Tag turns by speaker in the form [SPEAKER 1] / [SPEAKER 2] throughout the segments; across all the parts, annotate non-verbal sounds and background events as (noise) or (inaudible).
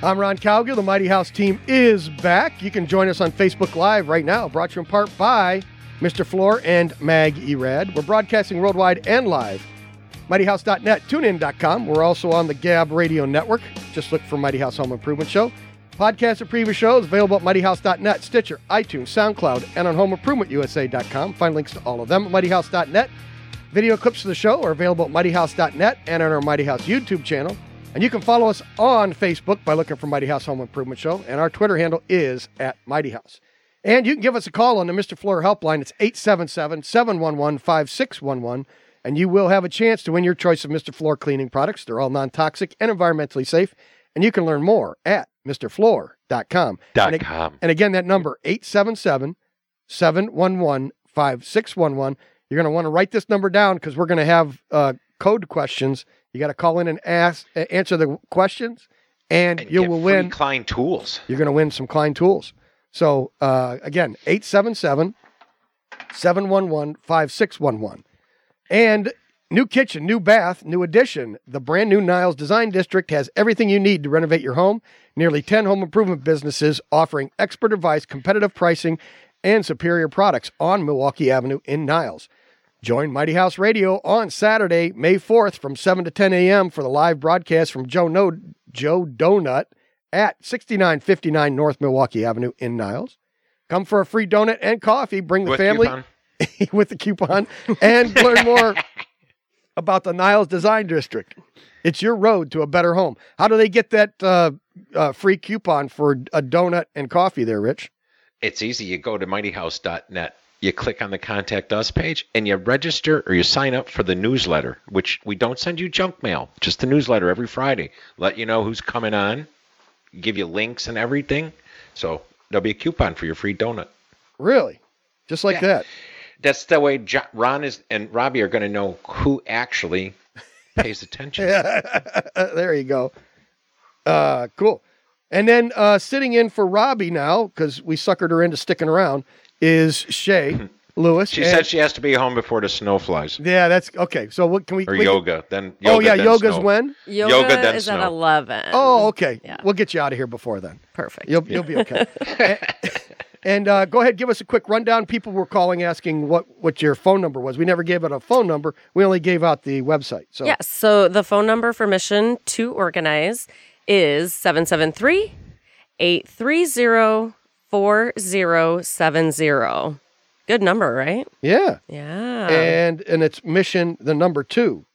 [SPEAKER 1] I'm Ron Cowgill. The Mighty House team is back. You can join us on Facebook Live right now, brought to you in part by Mr. Floor and Mag Erad. We're broadcasting worldwide and live. MightyHouse.net, tunein.com. We're also on the Gab Radio Network. Just look for Mighty House Home Improvement Show. Podcasts of previous shows available at MightyHouse.net, Stitcher, iTunes, SoundCloud, and on HomeImprovementUSA.com. Find links to all of them at MightyHouse.net. Video clips of the show are available at MightyHouse.net and on our Mighty House YouTube channel. And you can follow us on Facebook by looking for Mighty House Home Improvement Show. And our Twitter handle is at Mighty House. And you can give us a call on the Mr. Floor helpline. It's 877 711 5611. And you will have a chance to win your choice of Mr. Floor cleaning products. They're all non toxic and environmentally safe. And you can learn more at MrFloor.com.
[SPEAKER 2] Dot
[SPEAKER 1] And it-
[SPEAKER 2] com.
[SPEAKER 1] and again, that number, 877 711 5611. You're going to want to write this number down because we're going to have uh, code questions. You got to call in and ask, uh, answer the questions, and,
[SPEAKER 2] And
[SPEAKER 1] you
[SPEAKER 2] get
[SPEAKER 1] will
[SPEAKER 2] free
[SPEAKER 1] win.
[SPEAKER 2] Klein tools.
[SPEAKER 1] You're going to win some Klein tools. So, uh, again, 877 711 5611. And new kitchen, new bath, new addition. The brand new Niles Design District has everything you need to renovate your home. Nearly 10 home improvement businesses offering expert advice, competitive pricing, and superior products on Milwaukee Avenue in Niles. Join Mighty House Radio on Saturday, May 4th from 7 to 10 a.m. for the live broadcast from Joe, no- Joe Donut at 6959 North Milwaukee Avenue in Niles. Come for a free donut and coffee. Bring the
[SPEAKER 2] With
[SPEAKER 1] family
[SPEAKER 2] coupon.
[SPEAKER 1] (laughs) with the coupon and learn
[SPEAKER 2] (laughs)
[SPEAKER 1] more about the Niles Design District. It's your road to a better home. How do they get that uh, uh, free coupon for a donut and coffee there, Rich?
[SPEAKER 2] It's easy. You go to mightyhouse.net. You click on the contact us page and you register or you sign up for the newsletter, which we don't send you junk mail, just the newsletter every Friday. Let you know who's coming on, give you links and everything. So there'll be a coupon for your free donut.
[SPEAKER 1] Really? Just like
[SPEAKER 2] Yeah.
[SPEAKER 1] that.
[SPEAKER 2] That's the way Jo- Ron is and Robbie are going to know who actually
[SPEAKER 1] (laughs)
[SPEAKER 2] pays attention.
[SPEAKER 1] there you go. Uh, cool. And then uh, sitting in for Robbie now, because we suckered her into sticking around, is Shay Lewis.
[SPEAKER 2] Mm-hmm. She
[SPEAKER 1] And-
[SPEAKER 2] said she has to be home before the snow flies
[SPEAKER 1] "Yeah, that's okay." So what can we?
[SPEAKER 2] or
[SPEAKER 1] we can-
[SPEAKER 2] yoga. Then yoga,
[SPEAKER 1] oh yeah,
[SPEAKER 2] then
[SPEAKER 1] yoga's
[SPEAKER 2] snow.
[SPEAKER 1] when?
[SPEAKER 3] Yoga,
[SPEAKER 2] Yoga, then
[SPEAKER 3] is at
[SPEAKER 2] snow.
[SPEAKER 3] 11.
[SPEAKER 1] Oh, okay.
[SPEAKER 3] Yeah.
[SPEAKER 1] We'll get you out of here before then.
[SPEAKER 3] perfect.
[SPEAKER 1] You'll, you'll be okay. and uh, go ahead, give us a quick rundown. People were calling asking what, what your phone number was. We never gave out a phone number. We only gave out the website. So
[SPEAKER 3] Yes. So the phone number for Mission to Organize is 773 830 4070. Good number, right?
[SPEAKER 1] yeah,
[SPEAKER 3] Yeah. Um,
[SPEAKER 1] and and it's mission the number two.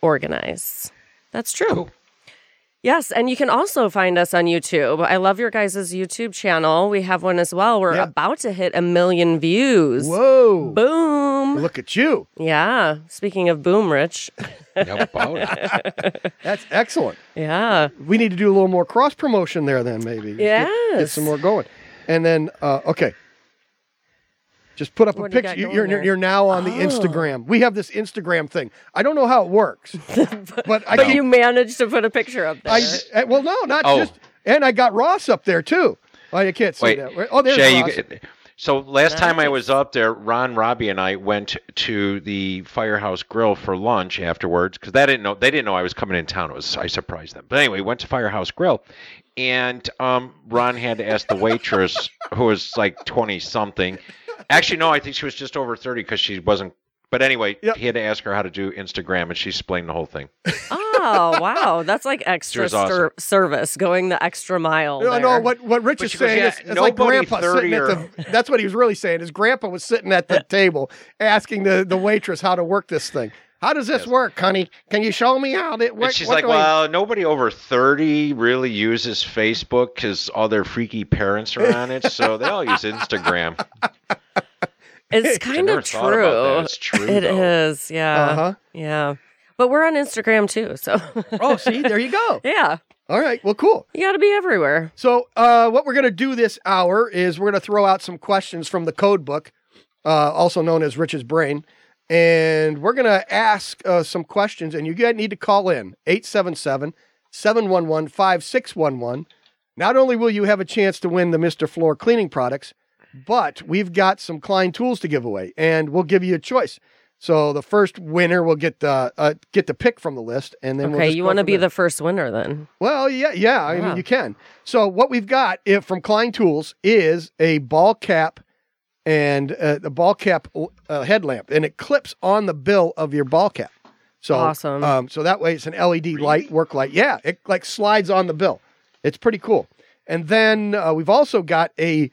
[SPEAKER 3] organize. That's true. Yes, and you can also find us on YouTube. I love your guys' YouTube channel. We have one as well. We're
[SPEAKER 1] Yeah.
[SPEAKER 3] about to hit a million views.
[SPEAKER 1] Whoa!
[SPEAKER 3] Boom.
[SPEAKER 1] Look at you.
[SPEAKER 3] Yeah. Speaking of boom, Rich.
[SPEAKER 2] How about it?
[SPEAKER 1] (laughs) That's excellent.
[SPEAKER 3] Yeah.
[SPEAKER 1] We need to do a little more cross promotion there, then maybe. Get- Get,
[SPEAKER 3] Yes.
[SPEAKER 1] some more going, and then uh, okay. Just put up
[SPEAKER 3] What
[SPEAKER 1] a
[SPEAKER 3] do you got
[SPEAKER 1] picture. You're,
[SPEAKER 3] going
[SPEAKER 1] you're,
[SPEAKER 3] there? Oh.
[SPEAKER 1] you're now on the Instagram. We have this Instagram thing. I don't know how it
[SPEAKER 3] (laughs)
[SPEAKER 1] works, but I
[SPEAKER 3] But
[SPEAKER 1] keep
[SPEAKER 3] you managed to put a picture up there.
[SPEAKER 1] I uh, well, no, not
[SPEAKER 2] Oh.
[SPEAKER 1] just. And I got Ross up there too. Oh, you can't see
[SPEAKER 2] Wait,
[SPEAKER 1] that. Oh, there's
[SPEAKER 2] Shay,
[SPEAKER 1] Ross.
[SPEAKER 2] you, so last time I was up there, Ron, Robbie, and I went to the Firehouse Grill for lunch afterwards because they didn't know they didn't know I was coming in town. It was I surprised them. But anyway, went to Firehouse Grill, and um, Ron had to ask the
[SPEAKER 1] (laughs)
[SPEAKER 2] waitress who was like twenty something. Actually, no, I think she was just over thirty because she wasn't. But anyway,
[SPEAKER 1] Yep.
[SPEAKER 2] he had to ask her how to do Instagram, and she explained the whole thing.
[SPEAKER 3] (laughs) oh, wow. That's like extra
[SPEAKER 2] was awesome.
[SPEAKER 3] ser- service, going the extra mile.
[SPEAKER 1] no,
[SPEAKER 3] there.
[SPEAKER 1] no, what what Rich
[SPEAKER 2] But
[SPEAKER 1] is
[SPEAKER 2] she goes,
[SPEAKER 1] saying
[SPEAKER 2] yeah,
[SPEAKER 1] is it's like
[SPEAKER 2] nobody
[SPEAKER 1] Grandpa sitting
[SPEAKER 2] 30
[SPEAKER 1] at the. (laughs) That's what he was really saying. His Grandpa was sitting at
[SPEAKER 2] (laughs)
[SPEAKER 1] the table asking the, the waitress how to work this thing. How does this work, honey? Can you show me how it
[SPEAKER 2] And
[SPEAKER 1] works?
[SPEAKER 2] she's
[SPEAKER 1] What
[SPEAKER 2] like,
[SPEAKER 1] do I-
[SPEAKER 2] well, nobody over 30 really uses Facebook because all their freaky parents are on it, so they all
[SPEAKER 1] (laughs)
[SPEAKER 2] use Instagram.
[SPEAKER 3] It's
[SPEAKER 2] I
[SPEAKER 3] kind
[SPEAKER 2] never
[SPEAKER 3] of
[SPEAKER 2] thought about that.
[SPEAKER 3] true.
[SPEAKER 2] It's true.
[SPEAKER 3] It
[SPEAKER 2] though.
[SPEAKER 3] is. Yeah.
[SPEAKER 1] Uh-huh.
[SPEAKER 3] Yeah. But we're on Instagram too. So, (laughs)
[SPEAKER 2] uh-" (laughs)
[SPEAKER 1] oh, see, there you go.
[SPEAKER 3] yeah.
[SPEAKER 1] All right. Well, cool.
[SPEAKER 3] You got to be everywhere.
[SPEAKER 1] So, uh, what we're going to do this hour is we're going to throw out some questions from the code book, uh, also known as Rich's Brain. And we're going to ask uh, some questions, and you guys need to call in 877 711 5611. Not only will you have a chance to win the Mr. Floor cleaning products, but we've got some Klein tools to give away, and we'll give you a choice. So the first winner will get the uh, get the pick from the list, and then we'll
[SPEAKER 3] okay,
[SPEAKER 1] just
[SPEAKER 3] you
[SPEAKER 1] go
[SPEAKER 3] want to
[SPEAKER 1] from
[SPEAKER 3] be
[SPEAKER 1] there.
[SPEAKER 3] the first winner then.
[SPEAKER 1] Well, yeah, yeah. I
[SPEAKER 3] Yeah.
[SPEAKER 1] mean, you can. So what we've got if, from Klein Tools is a ball cap and uh, the ball cap uh, headlamp, and it clips on the bill of your ball cap. So
[SPEAKER 3] Awesome.
[SPEAKER 1] Um, so that way, it's an LED light, work light. Yeah, it like slides on the bill. It's pretty cool. And then uh, we've also got a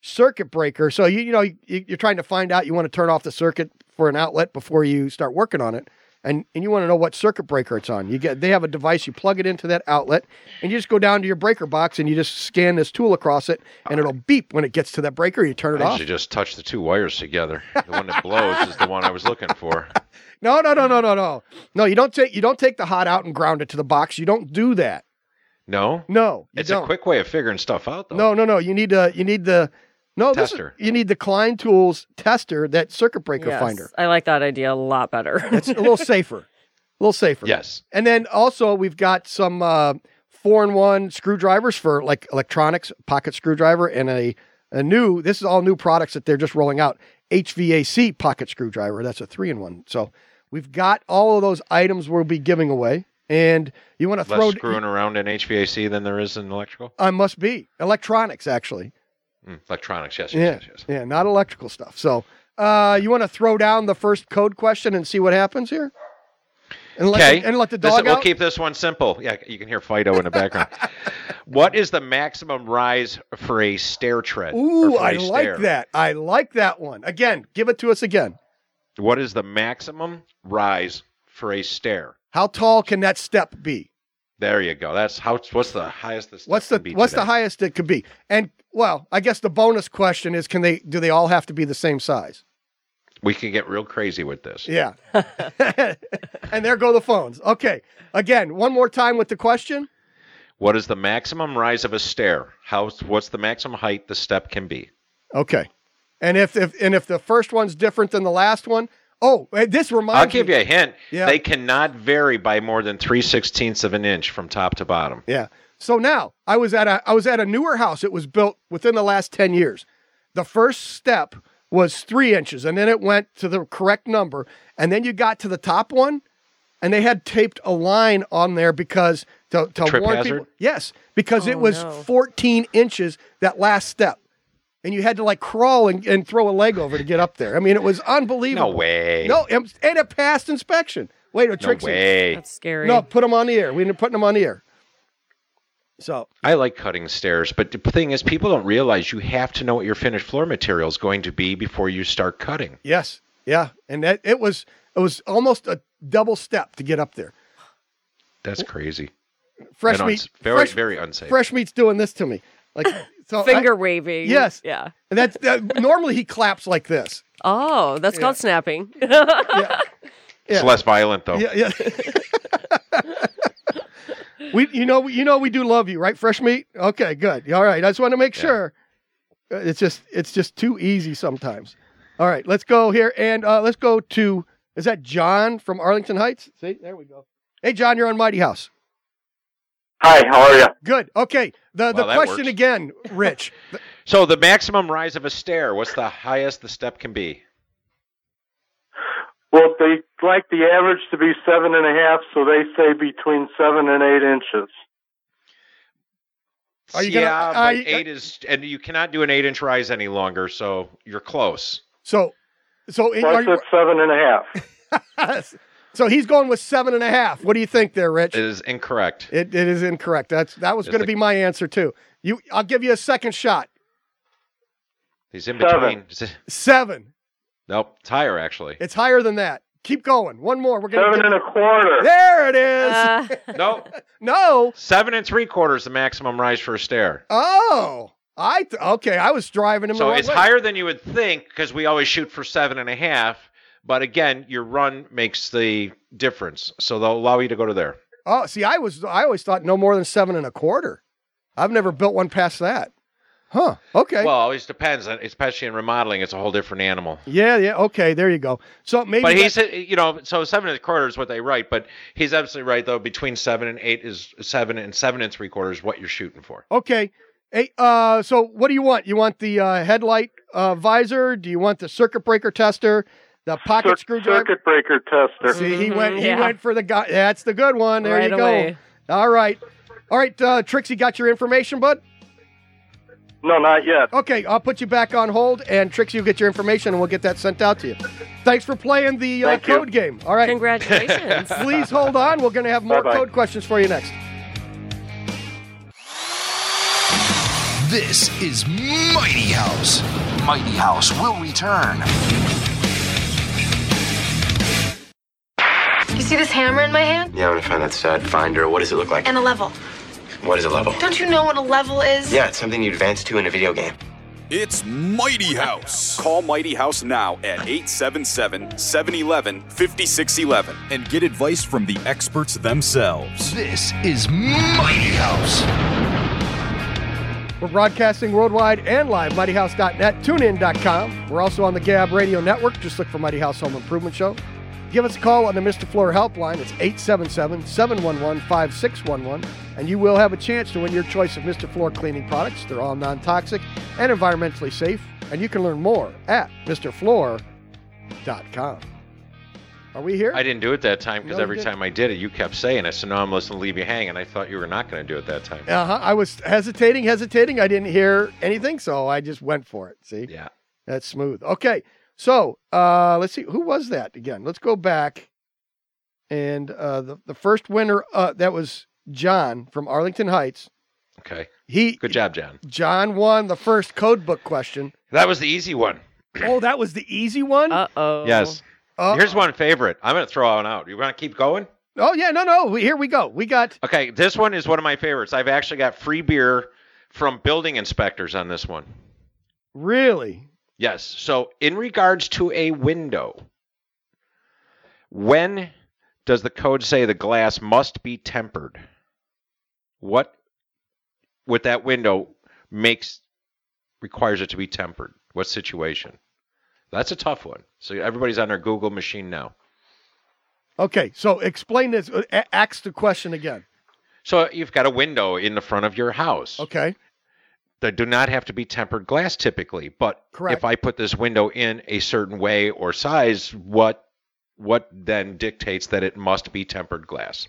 [SPEAKER 1] circuit breaker. So you you know you, you're trying to find out you want to turn off the circuit for an outlet before you start working on it, and and you want to know what circuit breaker it's on. You get they have a device you plug it into that outlet, and you just go down to your breaker box and you just scan this tool across it, and it'll beep when it gets to that breaker. You turn it
[SPEAKER 2] I
[SPEAKER 1] off.
[SPEAKER 2] should just touch the two wires together. The one that blows is the one I was looking for.
[SPEAKER 1] No no no no no no no. You don't take you don't take the hot out and ground it to the box. You don't do that.
[SPEAKER 2] No,
[SPEAKER 1] No, you
[SPEAKER 2] it's
[SPEAKER 1] don't.
[SPEAKER 2] a quick way of figuring stuff out, though.
[SPEAKER 1] No, no, no. You need to. You need the. No, this is-
[SPEAKER 2] Tester.
[SPEAKER 1] you need the Klein Tools tester, that circuit breaker
[SPEAKER 3] Yes,
[SPEAKER 1] finder.
[SPEAKER 3] I like that idea a lot
[SPEAKER 1] (laughs)
[SPEAKER 3] better. (laughs)
[SPEAKER 1] It's a little safer. A little safer.
[SPEAKER 2] Yes.
[SPEAKER 1] And then also we've got some uh, four-in-one screwdrivers for like electronics, pocket screwdriver, and a a new. This is all new products that they're just rolling out. HVAC pocket screwdriver. That's a three-in-one. So we've got all of those items we'll be giving away. And you want to
[SPEAKER 2] Less
[SPEAKER 1] throw?
[SPEAKER 2] screwing around in HVAC than there is in electrical.
[SPEAKER 1] I must be electronics actually.
[SPEAKER 2] Mm, electronics, yes,
[SPEAKER 1] Yeah,
[SPEAKER 2] yes, yes, yes.
[SPEAKER 1] yeah, not electrical stuff. So uh, you want to throw down the first code question and see what happens here. And let,
[SPEAKER 2] Okay.
[SPEAKER 1] the, and let the
[SPEAKER 2] This-
[SPEAKER 1] dog
[SPEAKER 2] we'll
[SPEAKER 1] out.
[SPEAKER 2] keep this one simple. Yeah, you can hear Fido in
[SPEAKER 1] (laughs)
[SPEAKER 2] the background. what is the maximum rise for a stair tread? or
[SPEAKER 1] Ooh,
[SPEAKER 2] for a
[SPEAKER 1] I
[SPEAKER 2] stair?
[SPEAKER 1] like that. I like that one. Again, give it to us again.
[SPEAKER 2] What is the maximum rise for a stair?
[SPEAKER 1] How tall can that step be?
[SPEAKER 2] There you go. That's how. What's the highest? This
[SPEAKER 1] What's the
[SPEAKER 2] can be
[SPEAKER 1] what's
[SPEAKER 2] today?
[SPEAKER 1] the highest it could be? And well, I guess the bonus question is can they do they all have to be the same size?
[SPEAKER 2] We can get real crazy with this. (laughs)
[SPEAKER 1] Yeah. (laughs) and there go the phones. Okay. Again, one more time with the question.
[SPEAKER 2] What is the maximum rise of a stair? How? What's the maximum height the step can be?
[SPEAKER 1] Okay. And if, if and if the first one's different than the last one, oh, eh, this reminds
[SPEAKER 2] I'll give
[SPEAKER 1] me.
[SPEAKER 2] you a hint.
[SPEAKER 1] Yeah.
[SPEAKER 2] They cannot vary by more than three sixteenths of an inch from top to bottom.
[SPEAKER 1] Yeah. So now I was at a I was at a newer house. It was built within the last ten years. The first step was three inches, and then it went to the correct number, and then you got to the top one, and they had taped a line on there because to, to
[SPEAKER 2] Trip
[SPEAKER 1] warn
[SPEAKER 2] hazard?
[SPEAKER 1] people. Yes, because it
[SPEAKER 3] Oh,
[SPEAKER 1] was
[SPEAKER 3] no.
[SPEAKER 1] fourteen inches that last step. And you had to like crawl and, and throw a leg over to get up there. I mean, it was
[SPEAKER 2] No
[SPEAKER 1] unbelievable.
[SPEAKER 2] way.
[SPEAKER 1] No, and and it passed inspection. Wait, a
[SPEAKER 2] No
[SPEAKER 1] Trixie.
[SPEAKER 2] way.
[SPEAKER 3] That's scary.
[SPEAKER 1] No, put them on the air. We're putting them on the air. So
[SPEAKER 2] I like cutting stairs, but the thing is, people don't realize you have to know what your finished floor material is going to be before you start cutting.
[SPEAKER 1] yes, yeah, and that it was it was almost a double step to get up there.
[SPEAKER 2] That's crazy.
[SPEAKER 1] Fresh
[SPEAKER 2] and
[SPEAKER 1] meat,
[SPEAKER 2] uns- very,
[SPEAKER 1] fresh,
[SPEAKER 2] very unsafe.
[SPEAKER 1] fresh meat's doing this to me. Like so, I-
[SPEAKER 3] Finger waving.
[SPEAKER 1] Yes.
[SPEAKER 3] Yeah.
[SPEAKER 1] and that's that, normally he claps like this.
[SPEAKER 3] Oh, that's called snapping. (laughs)
[SPEAKER 2] It's
[SPEAKER 1] yeah.
[SPEAKER 2] less violent though.
[SPEAKER 1] Yeah, yeah. we, you know, you know, we do love you, right? Fresh meat. Okay, good. All right, I just want to make
[SPEAKER 2] Yeah.
[SPEAKER 1] sure. Uh, It's just, it's just too easy sometimes. All right, let's go here and uh, let's go to. Is that John from Arlington Heights? See, there we go. Hey, John, you're on Mighty House.
[SPEAKER 4] Hi, how are you?
[SPEAKER 1] Good. Okay. The the
[SPEAKER 2] Wow, that
[SPEAKER 1] question
[SPEAKER 2] works.
[SPEAKER 1] again,
[SPEAKER 2] (laughs)
[SPEAKER 1] Rich.
[SPEAKER 2] So the maximum rise of a stair. What's the highest the step can be?
[SPEAKER 4] Well, they like the average to be seven and a half, so they say between seven and eight inches.
[SPEAKER 1] Are you gonna-
[SPEAKER 2] yeah,
[SPEAKER 1] are
[SPEAKER 2] but
[SPEAKER 1] you-
[SPEAKER 2] eight is, and you cannot do an eight-inch rise any longer. So you're close.
[SPEAKER 1] so, so in- are
[SPEAKER 4] That's
[SPEAKER 1] you, (laughs)
[SPEAKER 4] at seven and a half.
[SPEAKER 1] so he's going with seven and a half. What do you think there, Rich?
[SPEAKER 2] It is incorrect.
[SPEAKER 1] It, it is incorrect. That's that was
[SPEAKER 2] It's
[SPEAKER 1] going to be
[SPEAKER 2] like-
[SPEAKER 1] my answer too. You, I'll give you a second shot.
[SPEAKER 2] He's in
[SPEAKER 4] Seven.
[SPEAKER 2] between.
[SPEAKER 1] Seven.
[SPEAKER 2] Nope, it's higher actually.
[SPEAKER 1] It's higher than that. Keep going. One more. We're gonna.
[SPEAKER 4] Seven
[SPEAKER 1] get-
[SPEAKER 4] and a quarter.
[SPEAKER 1] there it is.
[SPEAKER 3] Uh,
[SPEAKER 2] nope,
[SPEAKER 1] no.
[SPEAKER 2] seven and three quarters the maximum rise for a stair. Oh.
[SPEAKER 1] Oh, I th- okay. I was driving him. the
[SPEAKER 2] So
[SPEAKER 1] wrong
[SPEAKER 2] it's
[SPEAKER 1] way.
[SPEAKER 2] higher than you would think because we always shoot for seven and a half. But again, your run makes the difference. So they'll allow you to go to there.
[SPEAKER 1] Oh, see, I was I always thought no more than seven and a quarter. I've never built one past that. Huh. Okay.
[SPEAKER 2] Well, it always depends, on- especially in remodeling. It's a whole different animal.
[SPEAKER 1] yeah, yeah. Okay, there you go. So maybe
[SPEAKER 2] But
[SPEAKER 1] that-
[SPEAKER 2] he's, you know, so seven and a quarter is what they write. But he's absolutely right, though. Between seven and eight is seven, and seven and three quarters is what you're shooting for.
[SPEAKER 1] Okay. Hey, uh, so what do you want? You want the uh, headlight uh, visor? Do you want the circuit breaker tester? The pocket
[SPEAKER 4] Cir-
[SPEAKER 1] screwdriver?
[SPEAKER 4] circuit breaker tester.
[SPEAKER 1] See, he
[SPEAKER 3] Mhm,
[SPEAKER 1] went. He
[SPEAKER 3] yeah.
[SPEAKER 1] went for the guy. That's the good one. There
[SPEAKER 3] right
[SPEAKER 1] you go.
[SPEAKER 3] away.
[SPEAKER 1] All right, all right. Uh, Trixie got your information, bud.
[SPEAKER 4] No, not yet.
[SPEAKER 1] Okay, I'll put you back on hold, and Trixie will get your information, and we'll get that sent out to you. Thanks for playing the uh,
[SPEAKER 4] Thank you.
[SPEAKER 1] code game. All right, (laughs)
[SPEAKER 3] Congratulations.
[SPEAKER 1] please hold on. We're going to have more
[SPEAKER 4] Bye-bye.
[SPEAKER 1] code questions for you next.
[SPEAKER 5] This is Mighty House. Mighty House will return.
[SPEAKER 6] You see this hammer in my hand?
[SPEAKER 7] Yeah, I'm gonna find that stud finder. What does it look like?
[SPEAKER 6] And a level.
[SPEAKER 7] What is a level?
[SPEAKER 6] Don't you know what a level is?
[SPEAKER 7] Yeah, it's something you advance to in a video game.
[SPEAKER 8] It's Mighty House. Call Mighty House now at 877 711 5611 and get advice from the experts themselves.
[SPEAKER 5] This is Mighty House.
[SPEAKER 1] We're broadcasting worldwide and live, mightyhouse.net, tunein.com. We're also on the Gab Radio Network. Just look for Mighty House Home Improvement Show. Give us a call on the Mr. Floor helpline. It's 877 711 5611, and you will have a chance to win your choice of Mr. Floor cleaning products. They're all non toxic and environmentally safe, and you can learn more at MrFloor.com. Are we here?
[SPEAKER 2] I didn't do it that time because
[SPEAKER 1] No, you
[SPEAKER 2] every
[SPEAKER 1] didn't.
[SPEAKER 2] time I did it, you kept saying it. So now I'm listening to leave you hanging. I thought you were not going to do it that time.
[SPEAKER 1] uh-huh. I was hesitating, hesitating. I didn't hear anything, so I just went for it. See?
[SPEAKER 2] Yeah.
[SPEAKER 1] That's smooth. Okay. So uh, let's see. Who was that again? Let's go back. And uh, the, the first winner, uh, that was John from Arlington Heights.
[SPEAKER 2] Okay.
[SPEAKER 1] He
[SPEAKER 2] Good job, John.
[SPEAKER 1] John won the first code book question.
[SPEAKER 2] (laughs) That was the easy one.
[SPEAKER 1] (clears throat) Oh, that was the easy one?
[SPEAKER 3] Uh oh.
[SPEAKER 2] Yes.
[SPEAKER 1] Uh,
[SPEAKER 2] Here's one favorite. I'm going to throw one out. You want to keep going?
[SPEAKER 1] Oh, yeah. No, no. we- Here we go. We got
[SPEAKER 2] Okay. This one is one of my favorites. I've actually got free beer from building inspectors on this one.
[SPEAKER 1] really.
[SPEAKER 2] Yes. So, in regards to a window, when does the code say the glass must be tempered? What with that window makes requires it to be tempered? What situation? That's a tough one. So everybody's on their Google machine now.
[SPEAKER 1] Okay. So explain this. uh, a- Ask the question again.
[SPEAKER 2] So you've got a window in the front of your house.
[SPEAKER 1] Okay.
[SPEAKER 2] They do not have to be tempered glass typically, but
[SPEAKER 1] Correct.
[SPEAKER 2] if I put this window in a certain way or size, what what then dictates that it must be tempered glass?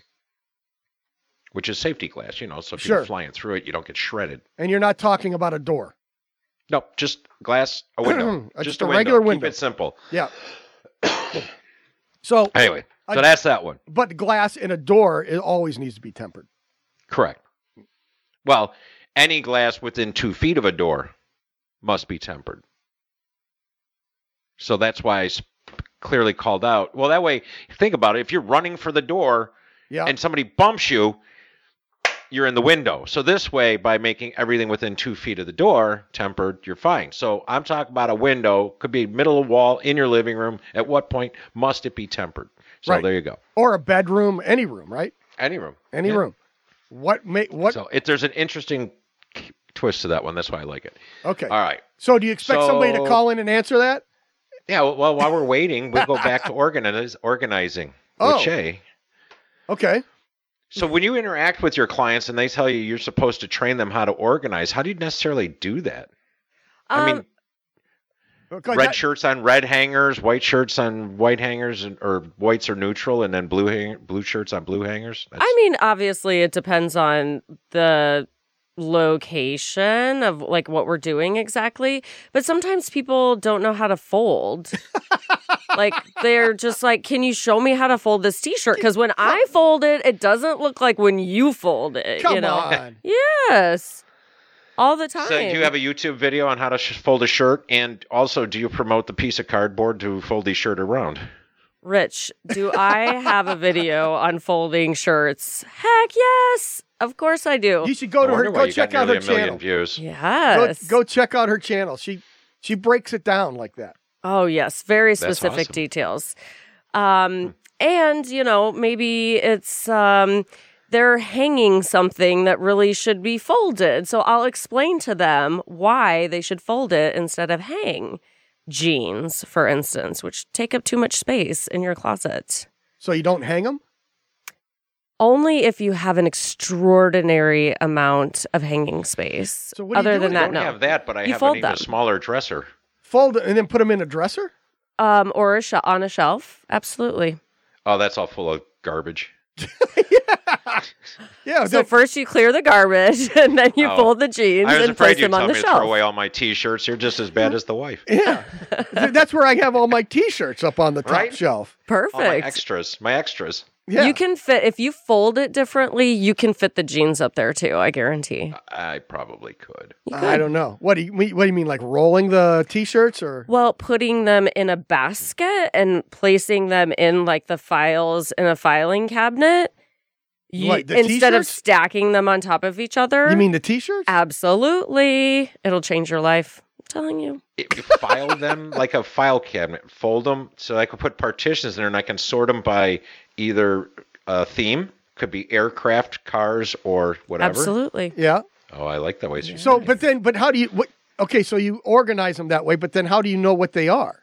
[SPEAKER 2] Which is safety glass, you know, so if
[SPEAKER 1] Sure.
[SPEAKER 2] you're flying through it, you don't get shredded.
[SPEAKER 1] And you're not talking about a door.
[SPEAKER 2] No, just glass, a window.
[SPEAKER 1] (clears throat) Just a
[SPEAKER 2] window.
[SPEAKER 1] regular window.
[SPEAKER 2] Keep it simple.
[SPEAKER 1] Yeah. so,
[SPEAKER 2] Anyway, so
[SPEAKER 1] I-
[SPEAKER 2] that's that one.
[SPEAKER 1] but glass in a door, it always needs to be tempered.
[SPEAKER 2] Correct. Well, any glass within two feet of a door must be tempered. So that's why I s- clearly called out. Well, that way, think about it. If you're running for the door
[SPEAKER 1] Yeah.
[SPEAKER 2] and somebody bumps you, you're in the window. So this way, by making everything within two feet of the door tempered, you're fine. So I'm talking about a window, could be middle of wall in your living room. At what point must it be tempered? So
[SPEAKER 1] Right.
[SPEAKER 2] there you go.
[SPEAKER 1] or a bedroom, any room, right?
[SPEAKER 2] Any room.
[SPEAKER 1] Any
[SPEAKER 2] Yeah.
[SPEAKER 1] room. What may what?
[SPEAKER 2] So it, there's an interesting k- twist to that one. That's why I like it.
[SPEAKER 1] okay.
[SPEAKER 2] All right.
[SPEAKER 1] so do you expect somebody to
[SPEAKER 2] so-
[SPEAKER 1] call in and answer that?
[SPEAKER 2] Yeah. Well, well, while we're waiting, we'll go back to organize, organizing.
[SPEAKER 1] Oh.
[SPEAKER 2] Which, hey,
[SPEAKER 1] Okay.
[SPEAKER 2] so when you interact with your clients and they tell you you're supposed to train them how to organize, how do you necessarily do that?
[SPEAKER 1] Uh,
[SPEAKER 3] Um,
[SPEAKER 2] I mean,
[SPEAKER 1] Okay,
[SPEAKER 2] red
[SPEAKER 1] that-
[SPEAKER 2] shirts on red hangers, white shirts on white hangers, and, or whites are neutral, and then blue hang, blue shirts on blue hangers. That's-
[SPEAKER 3] I mean, obviously, it depends on the location of like what we're doing exactly. But sometimes people don't know how to fold.
[SPEAKER 1] (laughs)
[SPEAKER 3] like they're just like, "Can you show me how to fold this T-shirt?" Because when I fold it, it doesn't look like when you fold it.
[SPEAKER 1] come
[SPEAKER 3] you know?
[SPEAKER 1] on.
[SPEAKER 2] (laughs)
[SPEAKER 3] Yes, all the time.
[SPEAKER 2] So do you have a YouTube video on how to sh- fold a shirt, and also do you promote the piece of cardboard to fold the shirt around?
[SPEAKER 3] Rich, do I have a video on folding shirts? Heck yes, of course I do.
[SPEAKER 1] You should go to
[SPEAKER 2] I
[SPEAKER 1] her.
[SPEAKER 2] wonder why
[SPEAKER 1] Go
[SPEAKER 2] you got
[SPEAKER 1] check out
[SPEAKER 2] nearly
[SPEAKER 1] her
[SPEAKER 2] a million
[SPEAKER 1] channel.
[SPEAKER 2] Views.
[SPEAKER 1] Go,
[SPEAKER 3] yes.
[SPEAKER 1] go check out her channel. She she breaks it down like that.
[SPEAKER 3] Oh, yes. Very specific
[SPEAKER 2] awesome.
[SPEAKER 1] Hmm.
[SPEAKER 3] details. Um, And, you know, maybe it's um, they're hanging something that really should be folded. So I'll explain to them why they should fold it instead of hang. Jeans, for instance, which take up too much space in your closet.
[SPEAKER 1] So you don't hang them?
[SPEAKER 3] Only if you have an extraordinary amount of hanging space.
[SPEAKER 1] So what do you
[SPEAKER 3] Other
[SPEAKER 1] do
[SPEAKER 3] than
[SPEAKER 1] with
[SPEAKER 2] I
[SPEAKER 3] that,
[SPEAKER 2] don't
[SPEAKER 3] no.
[SPEAKER 2] have that, but I
[SPEAKER 3] You
[SPEAKER 2] have
[SPEAKER 3] fold
[SPEAKER 2] an even
[SPEAKER 3] them.
[SPEAKER 2] smaller dresser.
[SPEAKER 1] Fold it and then put them in a dresser?
[SPEAKER 3] Um, or a sh- on a shelf, absolutely.
[SPEAKER 2] Oh, that's all full of garbage.
[SPEAKER 1] Yeah.
[SPEAKER 3] So
[SPEAKER 1] they'll-
[SPEAKER 3] first you clear the garbage, (laughs) and then you
[SPEAKER 2] Oh.
[SPEAKER 3] fold the jeans
[SPEAKER 2] I was
[SPEAKER 3] and
[SPEAKER 2] afraid
[SPEAKER 3] place
[SPEAKER 2] you'd
[SPEAKER 3] them
[SPEAKER 2] tell
[SPEAKER 3] on
[SPEAKER 2] me
[SPEAKER 3] the
[SPEAKER 2] to
[SPEAKER 3] shelf.
[SPEAKER 2] throw away all my T-shirts. You're just as bad as the wife.
[SPEAKER 3] (laughs)
[SPEAKER 1] yeah. Th- That's where I have all my t shirts up on the top
[SPEAKER 2] Right?
[SPEAKER 1] shelf.
[SPEAKER 3] Perfect.
[SPEAKER 2] All my extras, my extras.
[SPEAKER 1] Yeah.
[SPEAKER 3] You can fit if you fold it differently. You can fit the jeans up there too. I guarantee.
[SPEAKER 2] I probably could.
[SPEAKER 3] You
[SPEAKER 1] I
[SPEAKER 3] could.
[SPEAKER 1] don't know. What do you mean? What do you mean? Like rolling the t-shirts or?
[SPEAKER 3] Well, putting them in a basket and placing them in like the files in a filing cabinet. You,
[SPEAKER 1] What, the
[SPEAKER 3] instead of
[SPEAKER 1] t-shirts?
[SPEAKER 3] stacking them on top of each other.
[SPEAKER 1] You mean the t-shirts?
[SPEAKER 3] absolutely? It'll change your life. I'm telling you.
[SPEAKER 2] If you
[SPEAKER 3] (laughs)
[SPEAKER 2] file them like a file cabinet, fold them so I could put partitions in there, and I can sort them by either uh, theme, could be aircraft, cars, or whatever.
[SPEAKER 3] Absolutely.
[SPEAKER 1] yeah.
[SPEAKER 2] Oh, I like that way. So
[SPEAKER 1] So, but then, but how do you? What, okay, so you organize them that way, but then how do you know what they are?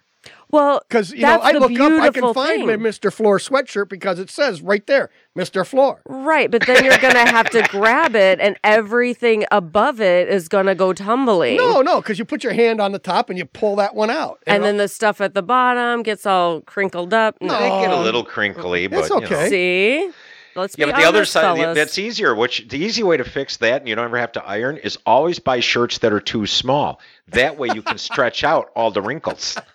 [SPEAKER 3] Well,
[SPEAKER 1] Because you
[SPEAKER 3] that's
[SPEAKER 1] know, I
[SPEAKER 3] the
[SPEAKER 1] look up, I can
[SPEAKER 3] beautiful
[SPEAKER 1] find my
[SPEAKER 3] thing.
[SPEAKER 1] Mr. Floor sweatshirt because it says right there, Mr. Floor.
[SPEAKER 3] Right, but then you're gonna have to grab it, and everything above it is gonna go tumbling.
[SPEAKER 1] No, Oh, no, because you put your hand on the top and you pull that one out. (laughs)
[SPEAKER 3] and then the stuff at the bottom gets all crinkled up.
[SPEAKER 1] No.
[SPEAKER 2] they get a little crinkly, but
[SPEAKER 1] um, That's
[SPEAKER 2] you know.
[SPEAKER 1] okay.
[SPEAKER 3] See, let's
[SPEAKER 2] Yeah,
[SPEAKER 3] be
[SPEAKER 2] but the other
[SPEAKER 3] honest,
[SPEAKER 2] side, the-
[SPEAKER 3] fellas.
[SPEAKER 2] that's easier. Which the easy way to fix that, and you don't ever have to iron, is always buy shirts that are too small. That way, you can stretch (laughs) out all the wrinkles. (laughs)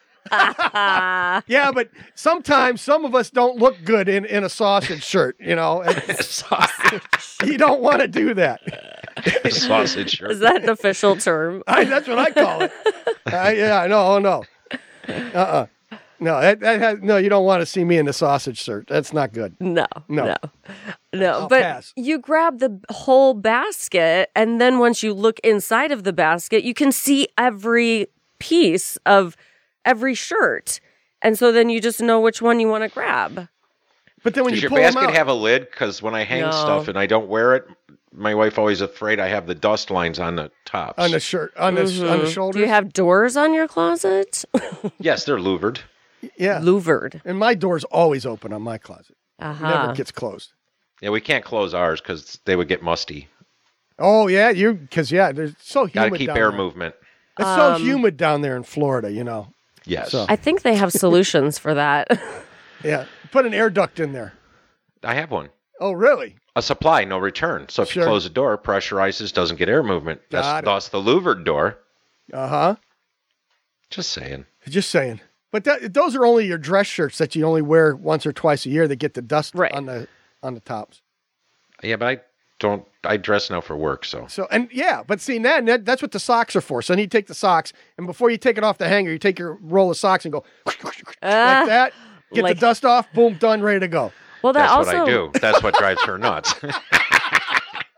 [SPEAKER 3] Ah,
[SPEAKER 1] yeah, but sometimes some of us don't look good in, in a sausage shirt, you
[SPEAKER 2] (laughs)
[SPEAKER 1] know. and you don't want to do that.
[SPEAKER 2] Sausage shirt.
[SPEAKER 3] is that an official term?
[SPEAKER 1] I, that's what I call
[SPEAKER 2] (laughs)
[SPEAKER 1] it. I, yeah, I know. Oh no. Uh. uh No, that, that has, no. You don't want to see me in the sausage shirt. That's not good.
[SPEAKER 3] No,
[SPEAKER 1] No.
[SPEAKER 3] no, no. no.
[SPEAKER 1] I'll
[SPEAKER 3] But
[SPEAKER 1] pass.
[SPEAKER 3] you grab the whole basket, and then once you look inside of the basket, you can see every piece of every shirt, and so then you just know which one you want to grab.
[SPEAKER 1] But then when
[SPEAKER 2] Does
[SPEAKER 1] you
[SPEAKER 2] your
[SPEAKER 1] pull them
[SPEAKER 2] basket
[SPEAKER 1] out,
[SPEAKER 2] have a lid? Because when I hang
[SPEAKER 3] No.
[SPEAKER 2] stuff and I don't wear it, my wife always afraid I have the dust lines on the tops.
[SPEAKER 1] on the shirt, on the on the shoulders.
[SPEAKER 3] Mm-hmm. Do you have doors on your closet?
[SPEAKER 2] yes, they're louvered.
[SPEAKER 1] yeah.
[SPEAKER 3] Louvered.
[SPEAKER 1] And my door's always open on my closet. It
[SPEAKER 3] Uh-huh.
[SPEAKER 1] Never gets closed.
[SPEAKER 2] Yeah, we can't close ours because they would get musty.
[SPEAKER 1] Oh yeah, you because yeah, there's so
[SPEAKER 2] Got
[SPEAKER 1] humid.
[SPEAKER 2] to keep
[SPEAKER 1] down
[SPEAKER 2] air
[SPEAKER 1] there.
[SPEAKER 2] movement.
[SPEAKER 1] It's
[SPEAKER 3] Um,
[SPEAKER 1] so humid down there in Florida. You know.
[SPEAKER 2] Yes,
[SPEAKER 1] So-
[SPEAKER 3] I think they have solutions for that. (laughs)
[SPEAKER 1] Yeah. Put an air duct in there.
[SPEAKER 2] I have one.
[SPEAKER 1] Oh really?
[SPEAKER 2] A supply, no return. So if
[SPEAKER 1] Sure.
[SPEAKER 2] you close the door, pressurizes, doesn't get air movement.
[SPEAKER 1] Got
[SPEAKER 2] That's
[SPEAKER 1] it.
[SPEAKER 2] thus the louvered door.
[SPEAKER 1] Uh huh.
[SPEAKER 2] Just saying.
[SPEAKER 1] Just saying. But that, those are only your dress shirts that you only wear once or twice a year that get the dust
[SPEAKER 3] Right.
[SPEAKER 1] on the on the tops.
[SPEAKER 2] Yeah, but I don't. I dress now for work, so
[SPEAKER 1] So and yeah, but see now that, that's what the socks are for. So then you take the socks, and before you take it off the hanger, you take your roll of socks and go (laughs) like that. Get
[SPEAKER 3] Uh, like-
[SPEAKER 1] the dust off. Boom, done, ready to go.
[SPEAKER 3] Well, that
[SPEAKER 2] that's
[SPEAKER 3] also,
[SPEAKER 2] what I do. That's what drives her
[SPEAKER 3] (laughs)
[SPEAKER 2] nuts.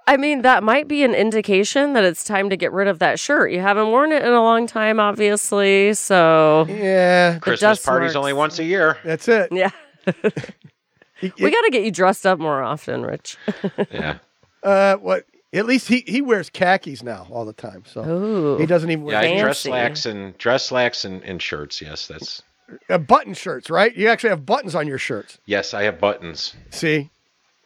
[SPEAKER 3] I mean, that might be an indication that it's time to get rid of that shirt. You haven't worn it in a long time, obviously.
[SPEAKER 2] (laughs)
[SPEAKER 3] So,
[SPEAKER 1] Yeah,
[SPEAKER 2] Christmas
[SPEAKER 3] dust
[SPEAKER 2] parties
[SPEAKER 3] works.
[SPEAKER 2] only once a
[SPEAKER 1] (laughs)
[SPEAKER 2] year.
[SPEAKER 1] that's it.
[SPEAKER 3] yeah. we got to get you dressed up more often, Rich.
[SPEAKER 2] (laughs) Yeah,
[SPEAKER 1] Uh, what? At least he he wears khakis now all the time. So
[SPEAKER 3] Ooh.
[SPEAKER 1] he doesn't even
[SPEAKER 2] yeah.
[SPEAKER 1] wear
[SPEAKER 2] I dress
[SPEAKER 3] Fancy.
[SPEAKER 2] slacks and dress slacks and, and shirts. Yes, that's
[SPEAKER 1] uh, button shirts, right? You actually have buttons on your shirts.
[SPEAKER 2] yes. I have buttons.
[SPEAKER 1] See,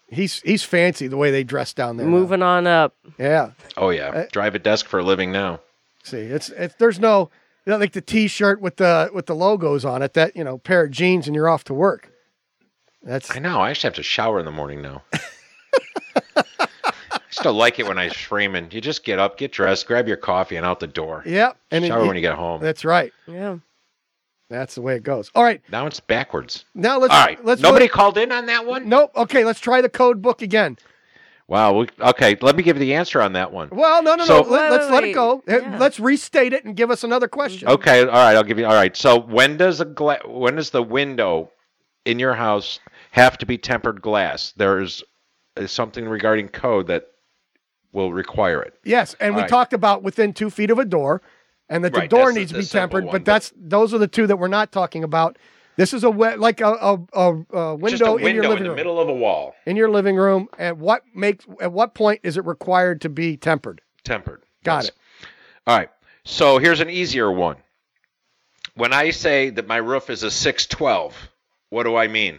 [SPEAKER 1] he's he's fancy the way they dress down there. now.
[SPEAKER 3] Moving on up.
[SPEAKER 1] Yeah.
[SPEAKER 2] Oh yeah, drive a desk for a living now.
[SPEAKER 1] See, it's it's there's no you know, like the T-shirt with the with the logos on it. That you know, pair of jeans and you're off to work. That's
[SPEAKER 2] I know. I actually have to shower in the morning
[SPEAKER 1] (laughs)
[SPEAKER 2] now. I still like it when I'm screaming. You just get up, get dressed, grab your coffee, and out the door.
[SPEAKER 1] yep. And it-
[SPEAKER 2] shower when you get home.
[SPEAKER 1] That's right.
[SPEAKER 3] Yeah.
[SPEAKER 1] That's the way it goes. All right,
[SPEAKER 2] Now it's backwards.
[SPEAKER 1] now let's
[SPEAKER 2] All right.
[SPEAKER 1] let's
[SPEAKER 2] Nobody called in on that one.
[SPEAKER 1] Nope. Okay, let's try the code book again.
[SPEAKER 2] Wow. We, okay. Let me give you the answer on that one.
[SPEAKER 1] Well, no, no,
[SPEAKER 2] So-
[SPEAKER 1] no. Let,
[SPEAKER 3] Wait,
[SPEAKER 1] let's
[SPEAKER 3] wait,
[SPEAKER 1] let it
[SPEAKER 3] wait.
[SPEAKER 1] go. Eh,
[SPEAKER 3] Yeah.
[SPEAKER 1] Let's restate it and give us another question.
[SPEAKER 2] Okay, all right, I'll give you. All right, so when does a gla- when does the window in your house have to be tempered glass? There is is something regarding code that will require it.
[SPEAKER 1] Yes, and we
[SPEAKER 2] All right.
[SPEAKER 1] talked about within two feet of a door, and that the
[SPEAKER 2] Right,
[SPEAKER 1] door needs
[SPEAKER 2] that's the-
[SPEAKER 1] to
[SPEAKER 2] the
[SPEAKER 1] be
[SPEAKER 2] simple
[SPEAKER 1] tempered.
[SPEAKER 2] one,
[SPEAKER 1] but
[SPEAKER 2] but-
[SPEAKER 1] that's those are the two that we're not talking about. This is a we- like a, a, a, a window,
[SPEAKER 2] Just a
[SPEAKER 1] in your
[SPEAKER 2] window
[SPEAKER 1] living
[SPEAKER 2] in the
[SPEAKER 1] room.
[SPEAKER 2] middle of a wall,
[SPEAKER 1] In your living room. At what makes? At what point is it required to be tempered?
[SPEAKER 2] tempered.
[SPEAKER 1] Got
[SPEAKER 2] Yes.
[SPEAKER 1] it.
[SPEAKER 2] All right. So here's an easier one. When I say that my roof is a 612, what do I mean?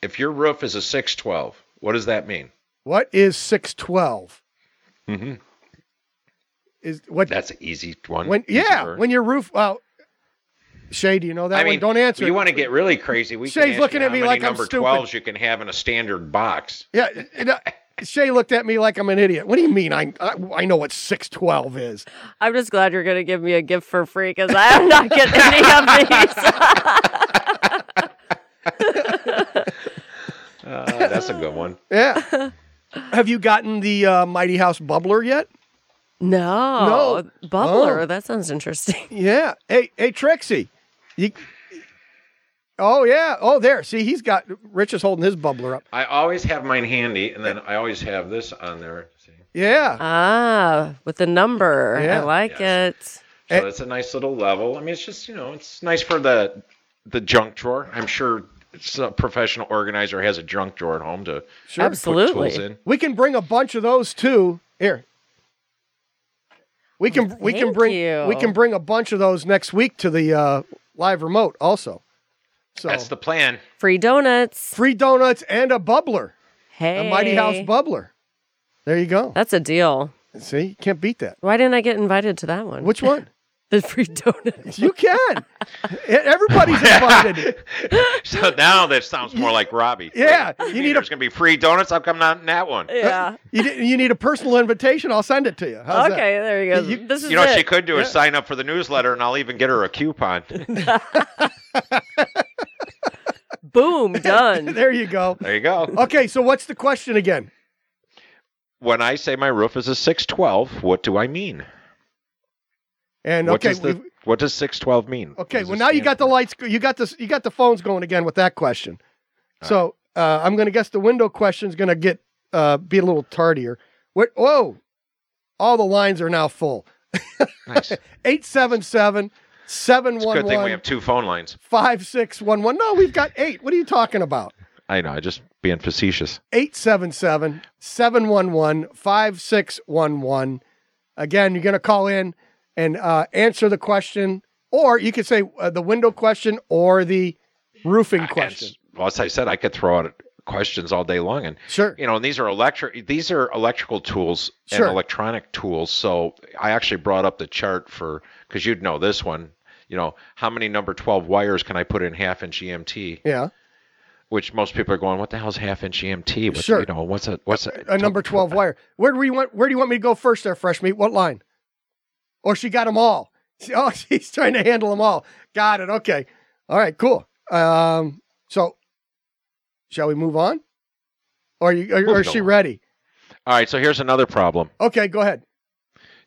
[SPEAKER 2] If your roof is a 612, what does that mean?
[SPEAKER 1] What is six twelve?
[SPEAKER 2] Mm-hmm.
[SPEAKER 1] Is what?
[SPEAKER 2] That's an easy one.
[SPEAKER 1] when
[SPEAKER 2] easy
[SPEAKER 1] yeah,
[SPEAKER 2] word.
[SPEAKER 1] when your roof. Well, Shay, do you know that
[SPEAKER 2] I
[SPEAKER 1] one?
[SPEAKER 2] mean,
[SPEAKER 1] Don't answer.
[SPEAKER 2] You
[SPEAKER 1] it.
[SPEAKER 2] want to get really crazy? We
[SPEAKER 1] Shay's
[SPEAKER 2] can ask
[SPEAKER 1] looking
[SPEAKER 2] you
[SPEAKER 1] at me
[SPEAKER 2] how many
[SPEAKER 1] like I'm
[SPEAKER 2] number
[SPEAKER 1] stupid.
[SPEAKER 2] 12s you can have in a
[SPEAKER 1] (laughs)
[SPEAKER 2] standard box.
[SPEAKER 1] Yeah, and, uh, Shay looked at me like I'm an idiot. What do you mean? I I, I know what six twelve is.
[SPEAKER 3] I'm just glad you're going to give me a gift for free because I'm not getting any (laughs) of
[SPEAKER 2] Uh, that's a good one.
[SPEAKER 1] Yeah. Have you gotten the uh, Mighty House bubbler yet?
[SPEAKER 3] these. no.
[SPEAKER 1] No.
[SPEAKER 3] Bubbler.
[SPEAKER 1] Oh.
[SPEAKER 3] That sounds interesting. (laughs)
[SPEAKER 1] Yeah. Hey, hey, Trixie. You... Oh yeah. Oh, there. See, he's got Rich is holding his bubbler up.
[SPEAKER 2] I always have mine handy, and then I always have this on there. See?
[SPEAKER 1] Yeah.
[SPEAKER 3] Ah, with the number.
[SPEAKER 1] Yeah.
[SPEAKER 3] I like it.
[SPEAKER 2] So
[SPEAKER 1] Eh.
[SPEAKER 2] it's a nice little level. I mean, it's just you know, it's nice for the the junk drawer. I'm sure it's a professional organizer has a junk drawer at home to
[SPEAKER 1] Sure.
[SPEAKER 2] put tools
[SPEAKER 3] Absolutely.
[SPEAKER 2] in.
[SPEAKER 1] We can bring a bunch of those too. Here. We can we can
[SPEAKER 3] thank
[SPEAKER 1] bring
[SPEAKER 3] you.
[SPEAKER 1] we can bring a bunch of those next week to the uh, live remote also. So
[SPEAKER 2] That's the plan. (laughs)
[SPEAKER 3] Free donuts.
[SPEAKER 1] free donuts and a bubbler,
[SPEAKER 3] Hey.
[SPEAKER 1] a Mighty House bubbler. There you go.
[SPEAKER 3] That's a deal.
[SPEAKER 1] See, you can't beat that.
[SPEAKER 3] Why didn't I get invited to that one?
[SPEAKER 1] Which one?
[SPEAKER 3] The
[SPEAKER 1] (laughs)
[SPEAKER 3] free donuts.
[SPEAKER 1] you can. E,
[SPEAKER 2] (laughs)
[SPEAKER 1] Everybody's invited.
[SPEAKER 2] So now that sounds more like Robbie. (laughs)
[SPEAKER 1] Yeah,
[SPEAKER 2] Wait,
[SPEAKER 1] you need a
[SPEAKER 2] there's gonna be free donuts. How come not in that one?
[SPEAKER 3] Yeah.
[SPEAKER 1] You, di- you need a personal invitation. I'll send it to you. How's that?
[SPEAKER 3] okay, there you go.
[SPEAKER 1] You-
[SPEAKER 3] this is
[SPEAKER 2] You know
[SPEAKER 3] it.
[SPEAKER 2] what she could do is sign up for the newsletter, and I'll even get her a coupon.
[SPEAKER 1] (laughs)
[SPEAKER 3] Boom, done.
[SPEAKER 1] (laughs) There you go.
[SPEAKER 2] there
[SPEAKER 1] (laughs)
[SPEAKER 2] you go.
[SPEAKER 1] Okay, so what's the question again?
[SPEAKER 2] When I say my roof is a six twelve, what do I mean?
[SPEAKER 1] And
[SPEAKER 2] what
[SPEAKER 1] okay,
[SPEAKER 2] does the,
[SPEAKER 1] we-
[SPEAKER 2] what does six twelve mean? What
[SPEAKER 1] okay.
[SPEAKER 2] does
[SPEAKER 1] Well,
[SPEAKER 2] it
[SPEAKER 1] now you
[SPEAKER 2] stand
[SPEAKER 1] got the
[SPEAKER 2] for?
[SPEAKER 1] lights. You got this. You got the phones going again with that question. So uh, I'm going to guess the window question's going to get uh, be a little tardier. What? Whoa! All the lines are now full. (laughs)
[SPEAKER 2] Nice. It's
[SPEAKER 1] 877
[SPEAKER 2] a good thing we
[SPEAKER 1] 711
[SPEAKER 2] have two phone lines.
[SPEAKER 1] 5611. No, we've got eight. What are you talking about?
[SPEAKER 2] I know. I just being facetious.
[SPEAKER 1] 877 711 5611. Again, you're going to call in and uh, answer the question, or you could say uh, the window question or the roofing question.
[SPEAKER 2] Well, as I said, I could throw out questions all day long, and
[SPEAKER 1] Sure.
[SPEAKER 2] you know, and these are electric. These are electrical tools
[SPEAKER 1] Sure.
[SPEAKER 2] and electronic tools. So I actually brought up the chart for because you'd know this one. You know, how many number twelve wires can I put in half inch EMT?
[SPEAKER 1] Yeah.
[SPEAKER 2] Which most people are going, what the hell's half inch E EMT? What's,
[SPEAKER 1] Sure.
[SPEAKER 2] You know, what's a what's a,
[SPEAKER 1] A number 12 wire. Where do, you want, where do you want me to go first there, Fresh Meat? What line? Or she got them all. (laughs) She- oh, she's trying to handle them all. Got it. Okay. All right, cool. Um, so, shall we move on? Or, you, or, or is
[SPEAKER 2] Moving
[SPEAKER 1] she
[SPEAKER 2] along.
[SPEAKER 1] ready?
[SPEAKER 2] All right. So here's another problem.
[SPEAKER 1] Okay, go ahead.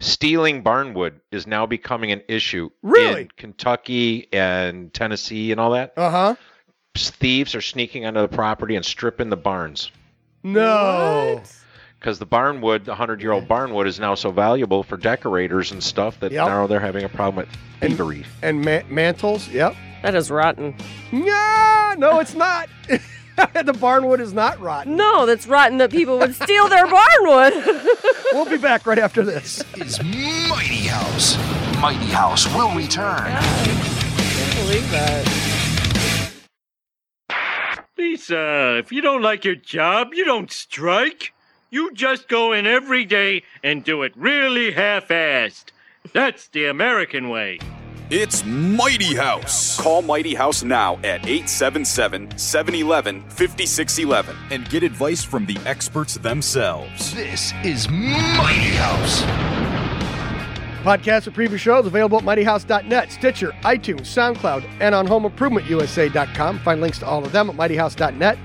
[SPEAKER 2] stealing barnwood is now becoming an issue
[SPEAKER 1] Really?
[SPEAKER 2] in Kentucky and Tennessee and all that.
[SPEAKER 1] Uh huh.
[SPEAKER 2] Thieves are sneaking onto the property and stripping the barns
[SPEAKER 1] No.
[SPEAKER 3] What?
[SPEAKER 2] because the barnwood, the 100-year-old barnwood is now so valuable for decorators and stuff that
[SPEAKER 1] Yep.
[SPEAKER 2] now they're having a problem with
[SPEAKER 1] And-
[SPEAKER 2] thievery.
[SPEAKER 1] And ma- mantles. Yep.
[SPEAKER 3] That is rotten.
[SPEAKER 1] No, no, it's not. (laughs) the barnwood is not rotten.
[SPEAKER 3] No, that's rotten that people would steal their barnwood. (laughs)
[SPEAKER 1] We'll be back right after this.
[SPEAKER 5] Is Mighty House. Mighty House will return.
[SPEAKER 9] Lisa, if you don't like your job, you don't strike. You just go in every day and do it really half assed. That's the American way.
[SPEAKER 8] It's Mighty House. Call Mighty House now at 877 711 5611 and get advice from the experts themselves.
[SPEAKER 5] This is Mighty House.
[SPEAKER 1] Podcast and previous shows available at mightyhouse.net, Stitcher, iTunes, SoundCloud, and on homeimprovementusa.com. Find links to all of them at mightyhouse.net.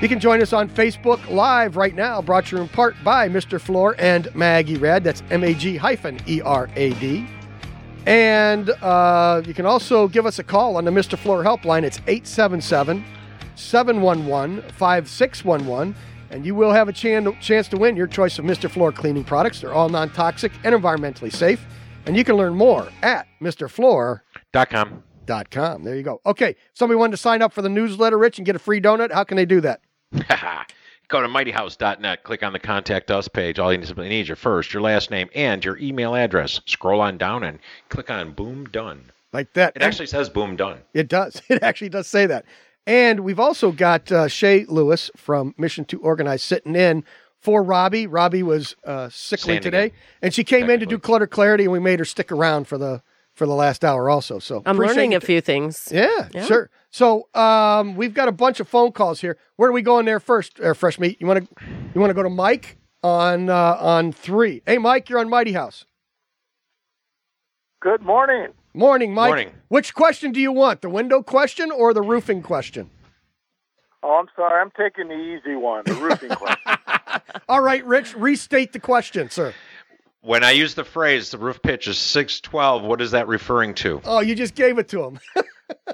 [SPEAKER 1] You can join us on Facebook Live right now, brought to you in part by Mr. Floor and Maggie Rad. That's M A G hyphen E R A D. And uh, you can also give us a call on the Mr. Floor helpline. It's 877 711 5611. And you will have a chan- chance to win your choice of Mr. Floor cleaning products. They're all non toxic and environmentally safe. And you can learn more at Mr. Floor.
[SPEAKER 2] Dot com. (laughs)
[SPEAKER 1] com. There you go. Okay. If Somebody wanted to sign up for the newsletter, Rich, and get a free donut. How can they do that?
[SPEAKER 2] Go to mightyhouse.net, click on the contact us page. All you need is simply need your first, your last name, and your email address. Scroll on down and click on boom done.
[SPEAKER 1] Like that.
[SPEAKER 2] It actually says boom done.
[SPEAKER 1] It does. (laughs) It actually does say that. And we've also got uh, Shay Lewis from Mission to Organize sitting in for Robbie. Robbie was uh, sickly
[SPEAKER 2] Standing
[SPEAKER 1] today,
[SPEAKER 2] in,
[SPEAKER 1] and she came in to do Clutter Clarity, and we made her stick around for the for the last hour also. So
[SPEAKER 3] I'm
[SPEAKER 1] appreciate
[SPEAKER 3] learning
[SPEAKER 1] you-
[SPEAKER 3] a few things.
[SPEAKER 1] Yeah, sure. So um, we've got a bunch of phone calls here. Where do we go in there first, uh, Fresh Meat? You want to you want to go to Mike on uh, on three? Hey, Mike, you're on Mighty House.
[SPEAKER 4] Good morning.
[SPEAKER 1] Morning, Mike.
[SPEAKER 2] Morning.
[SPEAKER 1] Which question do you want? The window question or the roofing question?
[SPEAKER 4] Oh, I'm sorry. I'm taking the easy one,
[SPEAKER 9] (laughs)
[SPEAKER 4] the roofing question.
[SPEAKER 1] All right, Rich, restate the question, sir.
[SPEAKER 2] When I use the phrase the roof pitch is 612, what is that referring to?
[SPEAKER 1] Oh, you just gave it to him. (laughs)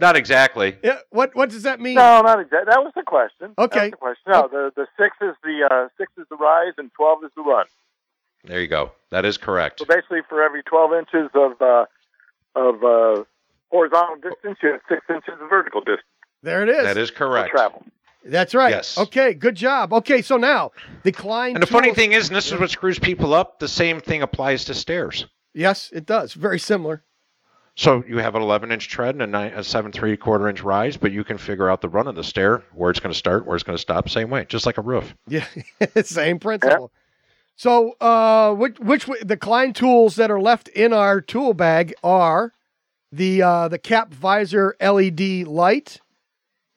[SPEAKER 2] Not exactly.
[SPEAKER 1] yeah. What What does that mean?
[SPEAKER 4] No, not exactly. That was the question. That was
[SPEAKER 1] Okay.
[SPEAKER 4] the question. No, the the six is the uh, six is the rise and twelve is the run.
[SPEAKER 2] There you go. That is correct.
[SPEAKER 4] So basically, for every twelve inches of uh, of uh, horizontal distance, you have six inches of vertical distance
[SPEAKER 1] There it is.
[SPEAKER 2] That is
[SPEAKER 4] to
[SPEAKER 2] correct.
[SPEAKER 4] travel.
[SPEAKER 1] That's right.
[SPEAKER 2] Yes.
[SPEAKER 1] Okay. Good job. Okay. So now the Klein.
[SPEAKER 2] And the funny
[SPEAKER 1] tools-
[SPEAKER 2] thing is, and this is what screws people up, the same thing applies to stairs.
[SPEAKER 1] Yes, it does. Very similar.
[SPEAKER 2] So you have an 11 inch tread and a, nine, a seven three quarter inch rise, but you can figure out the run of the stair, where it's going to start, where it's going to stop, same way, just like a roof.
[SPEAKER 1] Yeah. (laughs) Same principle. So uh, which which w- the Klein tools that are left in our tool bag are the uh, the cap visor LED light,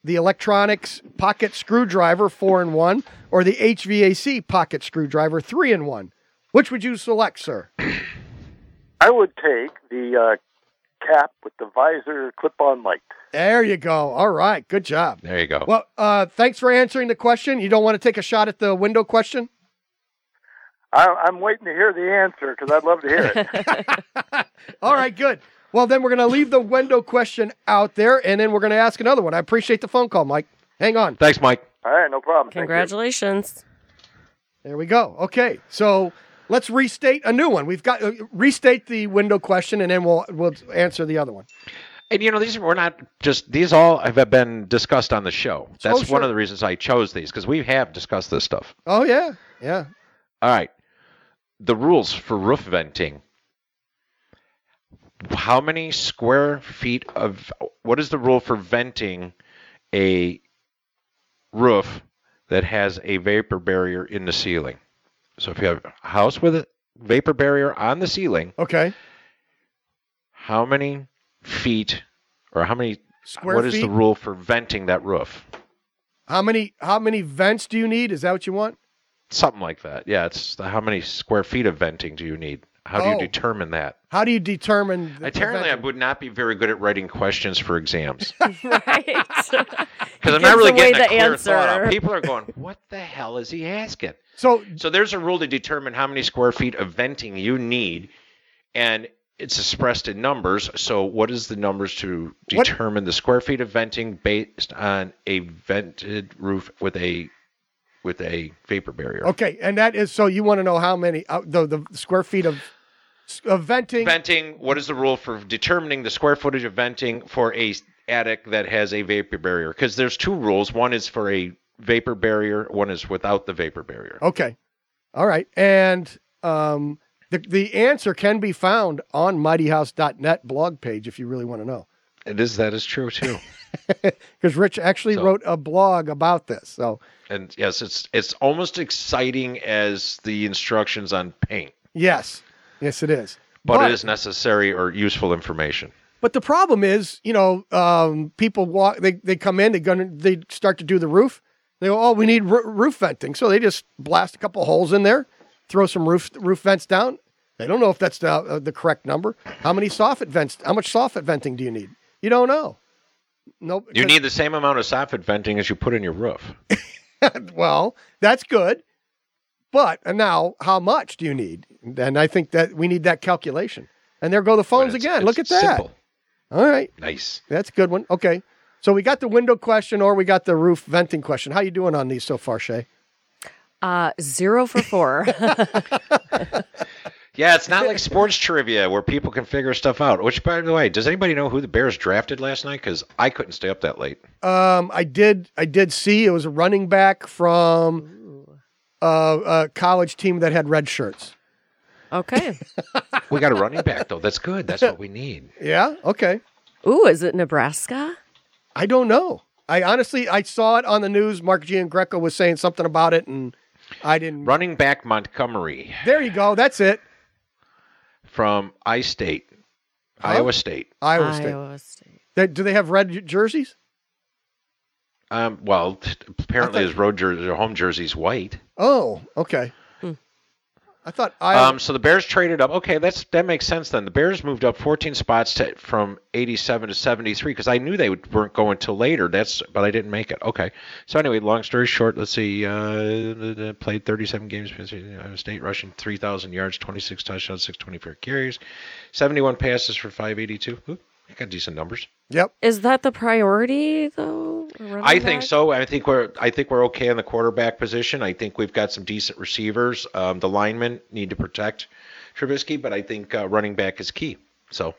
[SPEAKER 1] the electronics pocket screwdriver four in one, or the HVAC pocket screwdriver three in one. Which would you select, sir?
[SPEAKER 4] I would take the uh, cap with the visor clip-on light.
[SPEAKER 1] There you go. All right. Good job.
[SPEAKER 2] There you go.
[SPEAKER 1] Well, uh, thanks for answering the question. You don't want to take a shot at the window question?
[SPEAKER 4] I, I'm waiting to hear the answer because I'd love to hear it.
[SPEAKER 1] All right, good. Well, then we're going to leave the window question out there, and then we're going to ask another one. I appreciate the phone call, Mike. Hang on.
[SPEAKER 2] Thanks, Mike.
[SPEAKER 4] All right, no problem. Thank you.
[SPEAKER 1] (laughs)
[SPEAKER 3] Congratulations.
[SPEAKER 1] There we go. Okay, so let's restate a new one. We've got uh, restate the window question, and then we'll we'll answer the other one.
[SPEAKER 2] And you know, these were not just these all have been discussed on the show. That's
[SPEAKER 1] Oh, sure.
[SPEAKER 2] one of the reasons I chose these because we have discussed this stuff.
[SPEAKER 1] Oh yeah, yeah.
[SPEAKER 2] All right. The rules for roof venting. How many square feet of what is the rule for venting a roof that has a vapor barrier in the ceiling? So if you have a house with a vapor barrier on the ceiling,
[SPEAKER 1] Okay,
[SPEAKER 2] how many feet or how many
[SPEAKER 1] square
[SPEAKER 2] what
[SPEAKER 1] feet.
[SPEAKER 2] is the rule for venting that roof?
[SPEAKER 1] how many how many vents do you need? Is that what you want?
[SPEAKER 2] Something like that. Yeah, it's the, how many square feet of venting do you need? How do
[SPEAKER 1] Oh.
[SPEAKER 2] you determine that?
[SPEAKER 1] How do you determine? the- the
[SPEAKER 2] Apparently, I
[SPEAKER 1] venting?
[SPEAKER 2] would not be very good at writing questions for
[SPEAKER 3] (laughs)
[SPEAKER 2] exams
[SPEAKER 3] right.
[SPEAKER 2] because I'm
[SPEAKER 3] Gives
[SPEAKER 2] not really
[SPEAKER 3] away
[SPEAKER 2] getting a
[SPEAKER 3] the
[SPEAKER 2] clear thought out.
[SPEAKER 3] answer.
[SPEAKER 2] People are going, "What the hell is he asking?"
[SPEAKER 1] so
[SPEAKER 2] So there's a rule to determine how many square feet of venting you need, and it's expressed in numbers. So what is the numbers to
[SPEAKER 1] What-
[SPEAKER 2] determine the square feet of venting based on a vented roof with a with a vapor barrier?
[SPEAKER 1] okay, and that is so you want to know how many uh, the the square feet of of venting.
[SPEAKER 2] Venting. What is the rule for determining the square footage of venting for a s- attic that has a vapor barrier? Because there's two rules. One is for a vapor barrier. One is without the vapor barrier.
[SPEAKER 1] Okay. All right. And um, the, the answer can be found on mightyhouse.net blog page if you really want to know.
[SPEAKER 2] It is that is true too.
[SPEAKER 1] Because Rich actually
[SPEAKER 2] So-
[SPEAKER 1] wrote a blog about this. So,
[SPEAKER 2] (laughs) and yes, it's it's almost exciting as the instructions on paint,
[SPEAKER 1] yes. Yes, it is.
[SPEAKER 2] but, it is necessary or useful information.
[SPEAKER 1] But the problem is, you know, um, people walk, they, they come in, they, gonna, they start to do the roof. They go, oh, we need roo- roof venting. So they just blast a couple holes in there, throw some roof, roof vents down. They don't know if that's the, uh, the correct number. How many soffit vents, how much soffit venting do you need? You don't know. Nope.
[SPEAKER 2] You need the same amount of soffit venting as you put in your roof.
[SPEAKER 1] (laughs) well, that's good. But now, how much do you need? And I think that we need that calculation. And there go the
[SPEAKER 2] But
[SPEAKER 1] phones
[SPEAKER 2] it's-
[SPEAKER 1] again.
[SPEAKER 2] it's
[SPEAKER 1] Look at that.
[SPEAKER 2] Simple.
[SPEAKER 1] All right,
[SPEAKER 2] Nice.
[SPEAKER 1] that's a good one. Okay, so we got the window question, or we got the roof venting question. How you doing on these so far, Shay? (laughs)
[SPEAKER 3] Uh, zero for four.
[SPEAKER 2] Yeah, it's not like sports trivia where people can figure stuff out. Which, by the way, does anybody know who the Bears drafted last night? Because I couldn't stay up that late.
[SPEAKER 1] Um, I did. I did see it was a running back from uh, a college team that had red shirts.
[SPEAKER 3] Okay.
[SPEAKER 2] We got a running back though. That's good. That's what we need.
[SPEAKER 1] Yeah. Okay.
[SPEAKER 3] Ooh, is it Nebraska?
[SPEAKER 1] I don't know. I honestly, I saw it on the news. Mark G and Greco was saying something about it, and I didn't.
[SPEAKER 2] (laughs) Running back Montgomery
[SPEAKER 1] There you go. That's it.
[SPEAKER 2] from I State,
[SPEAKER 1] Huh?
[SPEAKER 2] Iowa State.
[SPEAKER 1] Iowa, State.
[SPEAKER 3] Iowa State.
[SPEAKER 1] They, do they have red jerseys?
[SPEAKER 2] Um, well, t- apparently
[SPEAKER 1] I thought-
[SPEAKER 2] his road jersey, or home jersey's white.
[SPEAKER 1] Oh, okay. I thought Iowa.
[SPEAKER 2] Um, so the Bears traded up. Okay, that's that makes sense then. The Bears moved up 14 spots to, from 87 to 73 because I knew they would, weren't going till later. That's but I didn't make it. Okay. So anyway, long story short, let's see. Uh, played 37 games. Iowa State rushing 3,000 yards, 26 touchdowns, 624 carries, 71 passes for 582. Ooh, I got decent numbers.
[SPEAKER 1] yep.
[SPEAKER 3] Is that the priority though? A running
[SPEAKER 2] I think
[SPEAKER 3] back?
[SPEAKER 2] so. I think we're I think we're okay in the quarterback position. I think we've got some decent receivers. Um, the linemen need to protect Trubisky, but I think uh, running back is key. So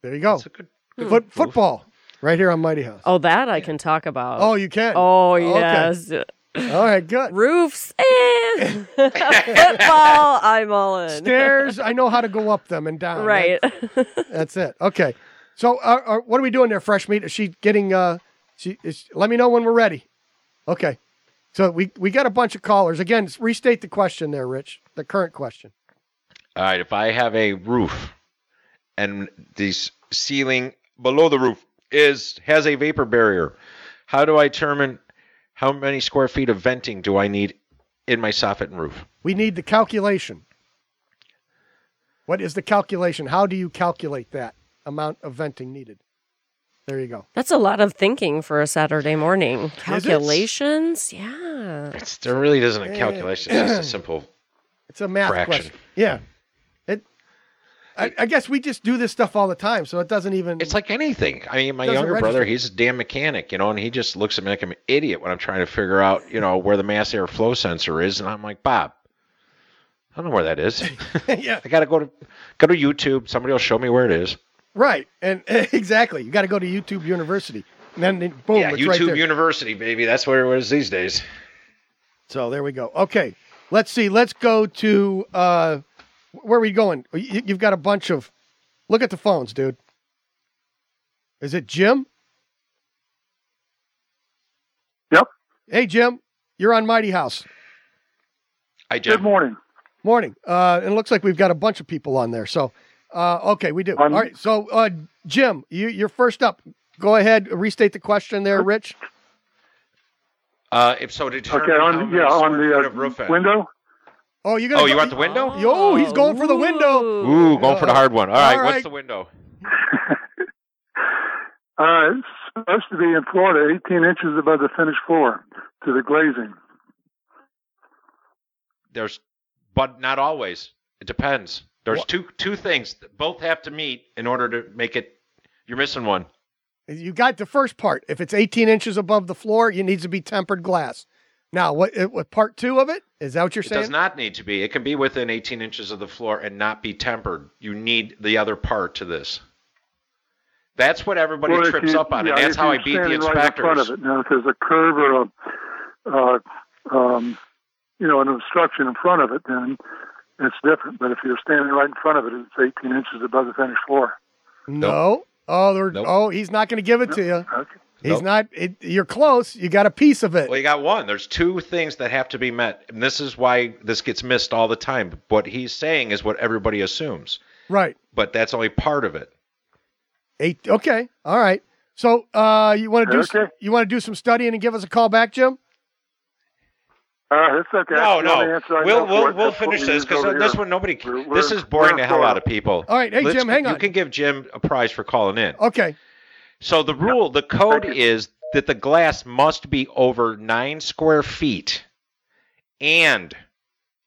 [SPEAKER 1] There you go.
[SPEAKER 2] it's a good.
[SPEAKER 1] Foot, football, right here on Mighty House.
[SPEAKER 3] Oh, that I can talk about.
[SPEAKER 1] Oh, you can.
[SPEAKER 3] Oh
[SPEAKER 1] Okay.
[SPEAKER 3] yes.
[SPEAKER 1] All right. Good.
[SPEAKER 3] Roofs
[SPEAKER 1] (laughs)
[SPEAKER 3] and football. I'm all in.
[SPEAKER 1] Stairs. I know how to go up them and down.
[SPEAKER 3] (laughs) Right.
[SPEAKER 1] That's it. Okay. So, uh, uh, what are we doing there, fresh meat? Is she getting? Uh, she is. Let me know when we're ready. Okay. So we we got a bunch of callers. Again, s- restate the question there, Rich. The current question.
[SPEAKER 2] All right, if I have a roof, and the s- ceiling below the roof is has a vapor barrier, how do I determine how many square feet of venting do I need in my soffit and roof?
[SPEAKER 1] We need the calculation. What is the calculation? How do you calculate that amount of venting needed? There you go.
[SPEAKER 3] That's a lot of thinking for a Saturday morning.
[SPEAKER 1] Is it?
[SPEAKER 3] Calculations. Yeah.
[SPEAKER 2] It's, there really isn't a calculation. It's just a simple.
[SPEAKER 1] It's a math
[SPEAKER 2] Fraction.
[SPEAKER 1] question. Yeah. It. I, I guess we just do this stuff all the time, so it doesn't even.
[SPEAKER 2] It's like anything. I mean, my
[SPEAKER 1] Doesn't
[SPEAKER 2] younger brother,
[SPEAKER 1] register.
[SPEAKER 2] he's a damn mechanic, you know, and he just looks at me like I'm an idiot when I'm trying to figure out, you know, where the mass air flow sensor is, and I'm like, Bob, I don't know where that is.
[SPEAKER 1] (laughs) yeah.
[SPEAKER 2] I gotta go to go to YouTube. Somebody will show me where it is.
[SPEAKER 1] Right, and (laughs) exactly. You got to go to YouTube University, and then it- boom,
[SPEAKER 2] yeah,
[SPEAKER 1] it's
[SPEAKER 2] YouTube
[SPEAKER 1] right there.
[SPEAKER 2] University, baby. That's where it is these days.
[SPEAKER 1] so there we go. Okay, let's see. Let's go to uh, where are we going? You, you've got a bunch of. Look at the phones, dude. Is it Jim?
[SPEAKER 4] Yep.
[SPEAKER 1] Hey, Jim, you're on Mighty House.
[SPEAKER 2] I just
[SPEAKER 4] Good morning.
[SPEAKER 1] Morning. Uh, and it looks like we've got a bunch of people on there. So, uh, okay, we do.
[SPEAKER 4] I'm-
[SPEAKER 1] All right. So, uh, Jim, you, you're first up. Go ahead, restate the question there, Rich.
[SPEAKER 2] uh, if so, to
[SPEAKER 4] Okay,
[SPEAKER 2] determine how
[SPEAKER 4] on
[SPEAKER 2] many
[SPEAKER 4] yeah, on
[SPEAKER 2] square feet
[SPEAKER 4] the
[SPEAKER 2] of roof
[SPEAKER 4] uh,
[SPEAKER 2] end.
[SPEAKER 4] window.
[SPEAKER 1] Oh, you're gonna.
[SPEAKER 2] Oh,
[SPEAKER 1] go-
[SPEAKER 2] you want the window?
[SPEAKER 1] Yo, he's going for the window.
[SPEAKER 3] Ooh.
[SPEAKER 2] Ooh, going for the hard one. All right,
[SPEAKER 1] All right.
[SPEAKER 2] what's the window?
[SPEAKER 4] Uh, it's supposed to be in Florida, 18 inches above the finished floor to the glazing.
[SPEAKER 2] There's, but not always. It depends. There's two two things that both have to meet in order to make it. You're missing one.
[SPEAKER 1] You got the first part. If it's 18 inches above the floor, it needs to be tempered glass. Now, what, it- what part two of it? Is that what you're
[SPEAKER 2] It
[SPEAKER 1] saying?
[SPEAKER 2] does not need to be. It can be within 18 inches of the floor and not be tempered. You need the other part to this. That's what everybody
[SPEAKER 4] Well, if
[SPEAKER 2] trips
[SPEAKER 4] you-
[SPEAKER 2] up on,
[SPEAKER 4] yeah,
[SPEAKER 2] and that's
[SPEAKER 4] if
[SPEAKER 2] how I
[SPEAKER 4] you're
[SPEAKER 2] beat the
[SPEAKER 4] standing right in
[SPEAKER 2] inspectors.
[SPEAKER 4] front of it. Now, if there's a curve or a, uh, um, you know, an obstruction in front of it, then it's different. But if you're standing right in front of it, it's 18 inches above the finished floor.
[SPEAKER 1] no. Oh, there,
[SPEAKER 2] Nope.
[SPEAKER 1] oh, he's not going to give it to you.
[SPEAKER 4] Okay.
[SPEAKER 1] He's
[SPEAKER 2] Nope.
[SPEAKER 1] not. It, you're close. You got a piece of it.
[SPEAKER 2] Well, you got one. There's two things that have to be met, and this is why this gets missed all the time. What he's saying is what everybody assumes,
[SPEAKER 1] Right.
[SPEAKER 2] but that's only part of it.
[SPEAKER 1] Eight. Okay. All right. So, uh, you want to do s-
[SPEAKER 4] Okay.
[SPEAKER 1] you want to do some studying and give us a call back, Jim?
[SPEAKER 4] Uh, it's okay.
[SPEAKER 2] No,
[SPEAKER 4] That's the only
[SPEAKER 2] no.
[SPEAKER 4] answer I
[SPEAKER 2] We'll
[SPEAKER 4] know for
[SPEAKER 2] we'll,
[SPEAKER 4] it.
[SPEAKER 2] we'll
[SPEAKER 4] That's what
[SPEAKER 2] finish
[SPEAKER 4] we
[SPEAKER 2] this
[SPEAKER 4] use
[SPEAKER 2] because
[SPEAKER 4] over
[SPEAKER 2] this
[SPEAKER 4] here.
[SPEAKER 2] one nobody.
[SPEAKER 4] We're-
[SPEAKER 2] this
[SPEAKER 4] we're-
[SPEAKER 2] is boring
[SPEAKER 4] we're
[SPEAKER 2] the hell
[SPEAKER 4] for
[SPEAKER 2] out of
[SPEAKER 4] it.
[SPEAKER 2] people.
[SPEAKER 1] All right. Hey, Jim, hang on. Oh.
[SPEAKER 2] You can give Jim a prize for calling in.
[SPEAKER 1] Okay.
[SPEAKER 2] So the rule, the code
[SPEAKER 4] Thank
[SPEAKER 2] is that the glass must be over nine square feet and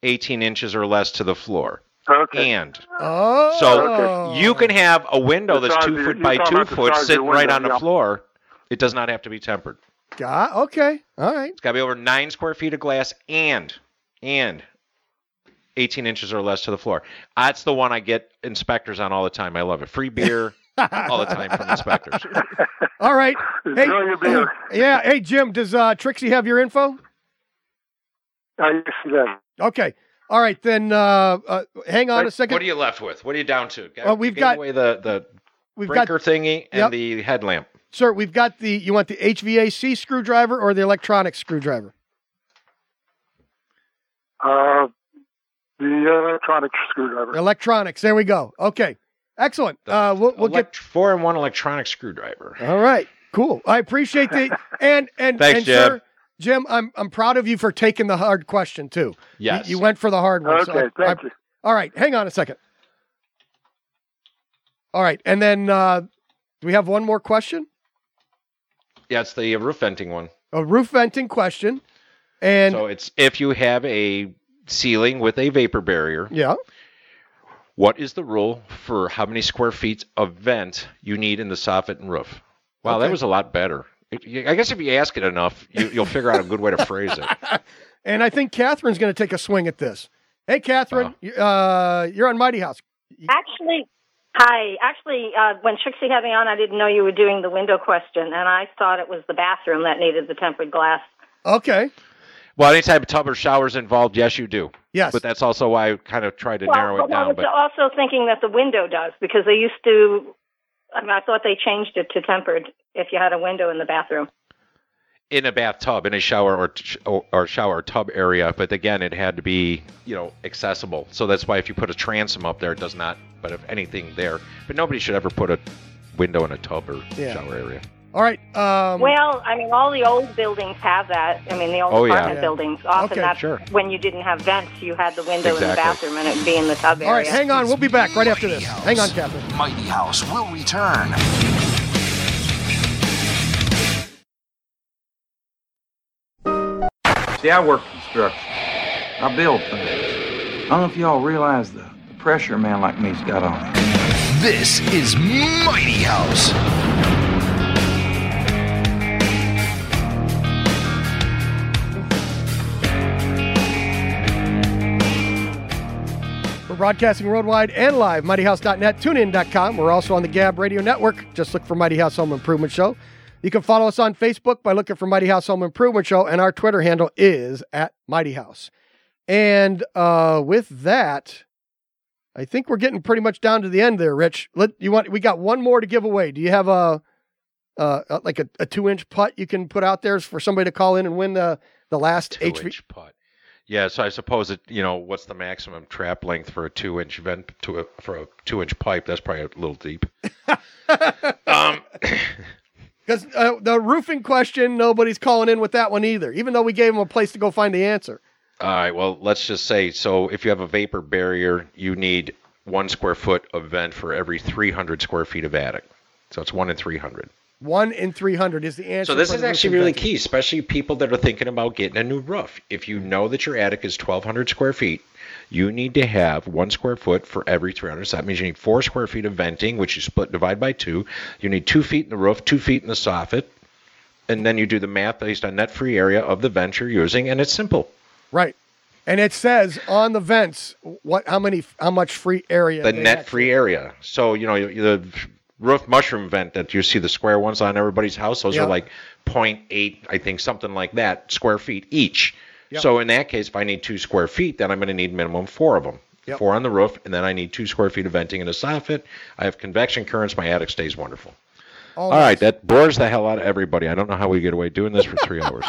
[SPEAKER 2] 18 inches or less to the floor.
[SPEAKER 4] Okay.
[SPEAKER 2] And
[SPEAKER 1] Oh.
[SPEAKER 2] so you can have a window
[SPEAKER 4] The
[SPEAKER 2] that's
[SPEAKER 4] size
[SPEAKER 2] two
[SPEAKER 4] of your-
[SPEAKER 2] foot
[SPEAKER 4] you're
[SPEAKER 2] by
[SPEAKER 4] talking
[SPEAKER 2] two
[SPEAKER 4] about the
[SPEAKER 2] foot
[SPEAKER 4] size of your
[SPEAKER 2] sitting right
[SPEAKER 4] window,
[SPEAKER 2] on the
[SPEAKER 4] yeah.
[SPEAKER 2] floor. It does not have to be tempered.
[SPEAKER 1] Got- okay. All right.
[SPEAKER 2] It's got to be over nine square feet of glass and and 18 inches or less to the floor. That's the one I get inspectors on all the time. I love it. Free beer all the time
[SPEAKER 1] (laughs)
[SPEAKER 2] from inspectors.
[SPEAKER 1] All right. Hey,
[SPEAKER 4] Enjoy your beer.
[SPEAKER 1] yeah. Hey, Jim, does uh, Trixie have your info?
[SPEAKER 4] I used to that.
[SPEAKER 1] Okay. All right, then uh, uh, hang on a
[SPEAKER 2] What are
[SPEAKER 1] second.
[SPEAKER 2] you left with? What are you down to?
[SPEAKER 1] Well, we've
[SPEAKER 2] Gave
[SPEAKER 1] got-
[SPEAKER 2] away the the
[SPEAKER 1] We've got,
[SPEAKER 2] breaker thingy and
[SPEAKER 1] Yep.
[SPEAKER 2] the headlamp.
[SPEAKER 1] sir, we've got the, you want the HVAC screwdriver or the electronic screwdriver?
[SPEAKER 4] Uh, the electronic screwdriver.
[SPEAKER 1] Electronics. There we go. Okay. Excellent. Uh, we'll, we'll get.
[SPEAKER 2] Elect- four and one electronic screwdriver.
[SPEAKER 1] All right. Cool. I appreciate the and and
[SPEAKER 2] Thanks,
[SPEAKER 1] and
[SPEAKER 2] Jim.
[SPEAKER 1] sir, Jim, I'm I'm proud of you for taking the hard question too. You-
[SPEAKER 2] Yes.
[SPEAKER 1] You, went for the hard one. so
[SPEAKER 4] Okay,
[SPEAKER 1] I- I-
[SPEAKER 4] thank you.
[SPEAKER 1] All right, hang on a second. All right, and then uh, do we have one more question?
[SPEAKER 2] yeah, it's the roof venting one.
[SPEAKER 1] A roof venting question, and
[SPEAKER 2] so it's if you have a ceiling with a vapor barrier,
[SPEAKER 1] yeah,
[SPEAKER 2] what is the rule for how many square feet of vent you need in the soffit and roof? Wow,
[SPEAKER 1] Okay.
[SPEAKER 2] that was a lot better. If you- I guess if you ask it enough, you, you'll figure out a good way to phrase it.
[SPEAKER 1] and I think Catherine's going to take a swing at this. Hey,
[SPEAKER 2] Uh-huh.
[SPEAKER 1] Catherine, you- uh, you're on Mighty House.
[SPEAKER 10] Actually, hi. Actually, uh, when Trixie had me on, I didn't know you were doing the window question, and I thought it was the bathroom that needed the tempered glass.
[SPEAKER 1] Okay,
[SPEAKER 2] Well, any type of tub or shower is involved, yes, you do.
[SPEAKER 1] yes,
[SPEAKER 2] But that's also why I kind of tried to narrow it
[SPEAKER 10] I was
[SPEAKER 2] down. But
[SPEAKER 10] also thinking that the window does because they used to. I mean, I thought they changed it to tempered if you had a window in the bathroom.
[SPEAKER 2] in a bathtub, in a shower or, t- or or shower tub area. But again, it had to be you know accessible. So that's why if you put a transom up there, it does not. But if anything there, but nobody should ever put a window in a tub or
[SPEAKER 1] Yeah.
[SPEAKER 2] shower area.
[SPEAKER 1] all right. Um,
[SPEAKER 10] well, I mean, all the old buildings have that. I mean, the old
[SPEAKER 2] Oh, yeah.
[SPEAKER 10] apartment
[SPEAKER 1] Yeah.
[SPEAKER 10] buildings often
[SPEAKER 1] Okay,
[SPEAKER 10] that's
[SPEAKER 2] sure.
[SPEAKER 10] when you didn't have vents, you had the window in the
[SPEAKER 2] Exactly.
[SPEAKER 10] bathroom and it'd be in the tub
[SPEAKER 1] all right,
[SPEAKER 10] area.
[SPEAKER 1] hang on. We'll be back right after this. Hang on, Catherine.
[SPEAKER 5] Mighty House will return.
[SPEAKER 11] See, I work construction. I build things. I don't know if y'all realize the, the pressure a man like me's got on him.
[SPEAKER 5] This is Mighty House.
[SPEAKER 1] We're broadcasting worldwide and live, mightyhouse.net, tunein.com. We're also on the Gab Radio Network. Just look for Mighty House Home Improvement Show. You can follow us on Facebook by looking for Mighty House Home Improvement Show, and our Twitter handle is at Mighty House. And uh, with that, I think we're getting pretty much down to the end there, Rich. Let you want we got one more to give away. Do you have a uh, like a, a two inch putt you can put out there for somebody to call in and win the the last
[SPEAKER 2] Two
[SPEAKER 1] HV?
[SPEAKER 2] inch putt. Yeah, so I suppose it. You know, what's the maximum trap length for a two inch vent to a for a two inch pipe? That's probably a little deep. um,
[SPEAKER 1] Because uh, the roofing question, nobody's calling in with that one either, even though we gave them a place to go find the answer.
[SPEAKER 2] All right. Well, let's just say so if you have a vapor barrier, you need one square foot of vent for every 300 square feet of attic. So it's one in 300.
[SPEAKER 1] One in 300 is the answer.
[SPEAKER 2] So this
[SPEAKER 1] for
[SPEAKER 2] is
[SPEAKER 1] the
[SPEAKER 2] actually
[SPEAKER 1] roofing
[SPEAKER 2] really
[SPEAKER 1] question.
[SPEAKER 2] key, especially people that are thinking about getting a new roof. If you know that your attic is 1,200 square feet, you need to have one square foot for every 300. So that means you need four square feet of venting, which you split divide by two. You need two feet in the roof, two feet in the soffit, and then you do the math based on net free area of the vent you're using, and it's simple.
[SPEAKER 1] Right. And it says on the vents what how many how much free area
[SPEAKER 2] the
[SPEAKER 1] they
[SPEAKER 2] net
[SPEAKER 1] have.
[SPEAKER 2] free area. So you know you- you- the roof mushroom vent that you see the square ones on everybody's house. Those
[SPEAKER 1] Yeah.
[SPEAKER 2] are like 0.8, I think, something like that square feet each.
[SPEAKER 1] Yep.
[SPEAKER 2] So in that case, if I need two square feet, then I'm going to need minimum four of them.
[SPEAKER 1] Yep.
[SPEAKER 2] Four on the roof, and then I need two square feet of venting in a soffit. I have convection currents. My attic stays wonderful.
[SPEAKER 1] All
[SPEAKER 2] All
[SPEAKER 1] right.
[SPEAKER 2] right, that bores the hell out of everybody. I don't know how we get away doing this for
[SPEAKER 1] (laughs)
[SPEAKER 2] three hours.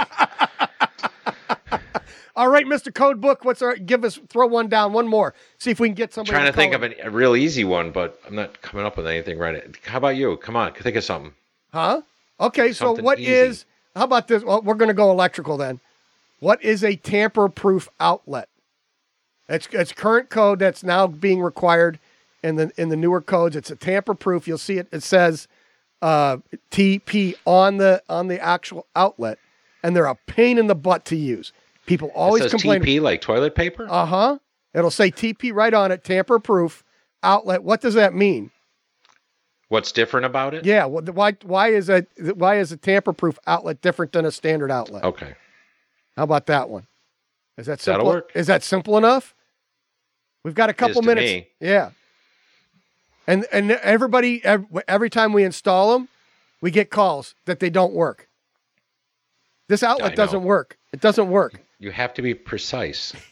[SPEAKER 1] All right, Mr. Codebook, what's our give us throw one down, one more. See if we can get somebody
[SPEAKER 2] trying to think
[SPEAKER 1] call
[SPEAKER 2] of
[SPEAKER 1] in.
[SPEAKER 2] an, a real easy one, but I'm not coming up with anything right. How about you? Come on, think of something.
[SPEAKER 1] Huh? Okay, so
[SPEAKER 2] Something
[SPEAKER 1] what is?
[SPEAKER 2] easy.
[SPEAKER 1] how about this? Well, we're going to go electrical then. What is a tamper-proof outlet? It's it's current code that's now being required in the in the newer codes. It's a tamper-proof. You'll see it. It says uh, TP on the on the actual outlet, and they're a pain in the butt to use. People always
[SPEAKER 2] it says
[SPEAKER 1] complain.
[SPEAKER 2] TP like toilet paper.
[SPEAKER 1] Uh huh. It'll say TP right on it, tamper-proof outlet. What does that mean?
[SPEAKER 2] What's different about it?
[SPEAKER 1] Yeah. wh- Why? Why is a why is a tamper-proof outlet different than a standard outlet?
[SPEAKER 2] Okay.
[SPEAKER 1] How about that one? Is that
[SPEAKER 2] That'll
[SPEAKER 1] simple?
[SPEAKER 2] work.
[SPEAKER 1] Is that simple enough? We've got a couple
[SPEAKER 2] to
[SPEAKER 1] minutes.
[SPEAKER 2] me.
[SPEAKER 1] Yeah. And and everybody ev- every time we install them, we get calls that they don't work. This outlet
[SPEAKER 2] I know.
[SPEAKER 1] doesn't work. It doesn't work.
[SPEAKER 2] You have to be precise.
[SPEAKER 1] (laughs)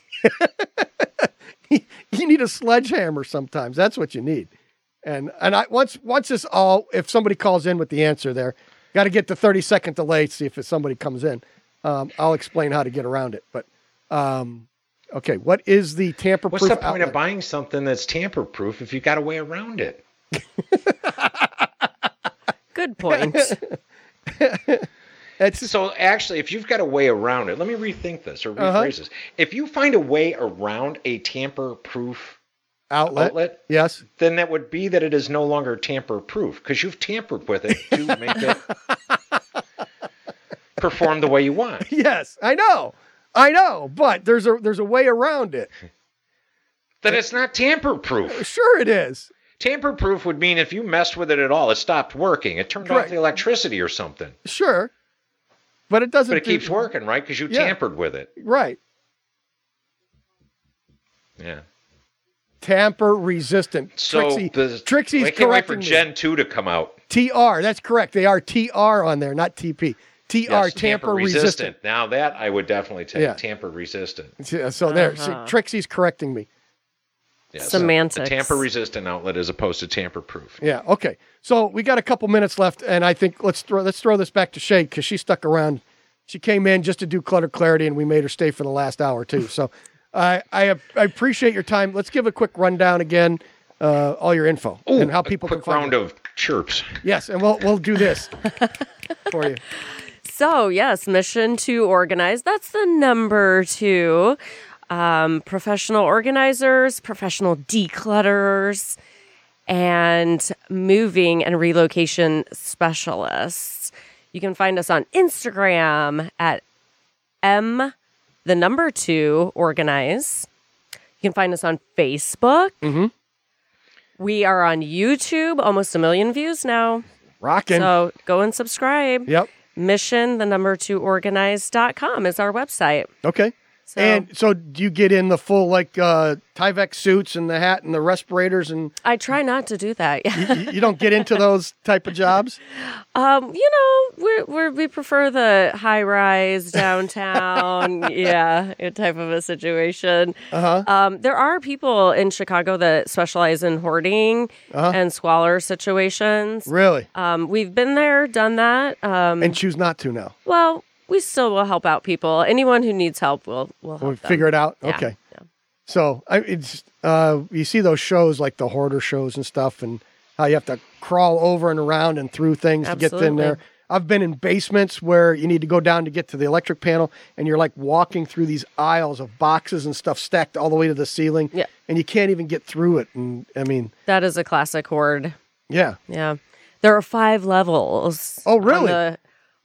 [SPEAKER 1] You need a sledgehammer sometimes. That's what you need. And and I once once this all if somebody calls in with the answer there, got to get the 30 second delay see if somebody comes in. Um, I'll explain how to get around it, but um, okay, what is the tamper proof
[SPEAKER 2] What's the point of buying something that's tamper proof if you got a way around it?
[SPEAKER 3] Good point.
[SPEAKER 1] (laughs)
[SPEAKER 2] so actually, if you've got a way around it, let me rethink this or rephrase
[SPEAKER 1] Uh-huh.
[SPEAKER 2] this. If you find a way around a tamper-proof
[SPEAKER 1] outlet?
[SPEAKER 2] outlet,
[SPEAKER 1] Yes. (laughs)
[SPEAKER 2] then that would be that it is no longer tamper-proof because you've tampered with it to
[SPEAKER 1] (laughs)
[SPEAKER 2] make it perform the way you want.
[SPEAKER 1] Yes, I know. I know, but there's a there's a way around it.
[SPEAKER 2] Then it's not tamper-proof.
[SPEAKER 1] Sure it is.
[SPEAKER 2] Tamper-proof would mean if you messed with it at all, it stopped working, it turned
[SPEAKER 1] Correct.
[SPEAKER 2] off the electricity or something.
[SPEAKER 1] Sure. But it doesn't
[SPEAKER 2] But it
[SPEAKER 1] do-
[SPEAKER 2] keeps working, right? Because you
[SPEAKER 1] Mm-hmm. Yeah.
[SPEAKER 2] tampered with it.
[SPEAKER 1] Right.
[SPEAKER 2] Yeah.
[SPEAKER 1] Tamper resistant.
[SPEAKER 2] So
[SPEAKER 1] Trixie,
[SPEAKER 2] the,
[SPEAKER 1] Trixie's
[SPEAKER 2] I can't wait for
[SPEAKER 1] correcting me.
[SPEAKER 2] Gen two to come out.
[SPEAKER 1] TR, that's correct. They are TR on there, not TP. TR
[SPEAKER 2] Yes,
[SPEAKER 1] tamper resistant.
[SPEAKER 2] Now that I would definitely take
[SPEAKER 1] Yeah.
[SPEAKER 2] tamper resistant.
[SPEAKER 1] Yeah, so there, see,
[SPEAKER 3] Uh-huh.
[SPEAKER 1] Trixie's correcting me.
[SPEAKER 2] Yes. A
[SPEAKER 3] Semantics.
[SPEAKER 2] tamper resistant outlet as opposed to tamper proof.
[SPEAKER 1] Yeah. Okay. So we got a couple minutes left, and I think let's throw let's throw this back to Shay because she stuck around. She came in just to do clutter clarity, and we made her stay for the last hour too. So I I, I appreciate your time. Let's give a quick rundown again, uh, all your info and how people can
[SPEAKER 2] Quick
[SPEAKER 1] find
[SPEAKER 2] round
[SPEAKER 1] you.
[SPEAKER 2] of chirps.
[SPEAKER 1] Yes, and we'll we'll do
[SPEAKER 3] (laughs)
[SPEAKER 1] this for you.
[SPEAKER 3] So, yes, mission to organize. That's the number two. Um, professional organizers, professional declutterers, and moving and relocation specialists. You can find us on Instagram at M, the number two, organize. You can find us on Facebook.
[SPEAKER 1] Mhm.
[SPEAKER 3] We are on YouTube, almost a million views now.
[SPEAKER 1] Rocking.
[SPEAKER 3] So go and subscribe.
[SPEAKER 1] Yep.
[SPEAKER 3] Mission, the number two organize.com is our website.
[SPEAKER 1] Okay.
[SPEAKER 3] So
[SPEAKER 1] And so do you get in the full like uh, Tyvek suits and the hat and the respirators, and
[SPEAKER 3] I try not to do that. Yeah.
[SPEAKER 1] you, you don't get into those type of jobs.
[SPEAKER 3] (laughs) Um, you know, we're, we're, we prefer the high
[SPEAKER 1] (laughs)
[SPEAKER 3] rise downtown. yeah. Type of a situation.
[SPEAKER 1] Uh huh.
[SPEAKER 3] Um, there are people in Chicago that specialize in hoarding
[SPEAKER 1] Uh-huh.
[SPEAKER 3] and squalor situations.
[SPEAKER 1] Really.
[SPEAKER 3] Um, we've been there, done that. Um,
[SPEAKER 1] And choose not to now.
[SPEAKER 3] well, we still will help out people. Anyone who needs help, will will help
[SPEAKER 1] we
[SPEAKER 3] them.
[SPEAKER 1] figure it out.
[SPEAKER 3] Yeah.
[SPEAKER 1] Okay. So I, it's uh, you see those shows like the hoarder shows and stuff, and how you have to crawl over and around and through things to get in there.
[SPEAKER 3] Absolutely.
[SPEAKER 1] I've been in basements where you need to go down to get to the electric panel, and you're like walking through these aisles of boxes and stuff stacked all the way to the ceiling,
[SPEAKER 3] Yeah.
[SPEAKER 1] and you can't even get through it. And I mean,
[SPEAKER 3] That is a classic hoard.
[SPEAKER 1] yeah,
[SPEAKER 3] Yeah. There are five levels.
[SPEAKER 1] Oh,
[SPEAKER 3] on
[SPEAKER 1] really?
[SPEAKER 3] the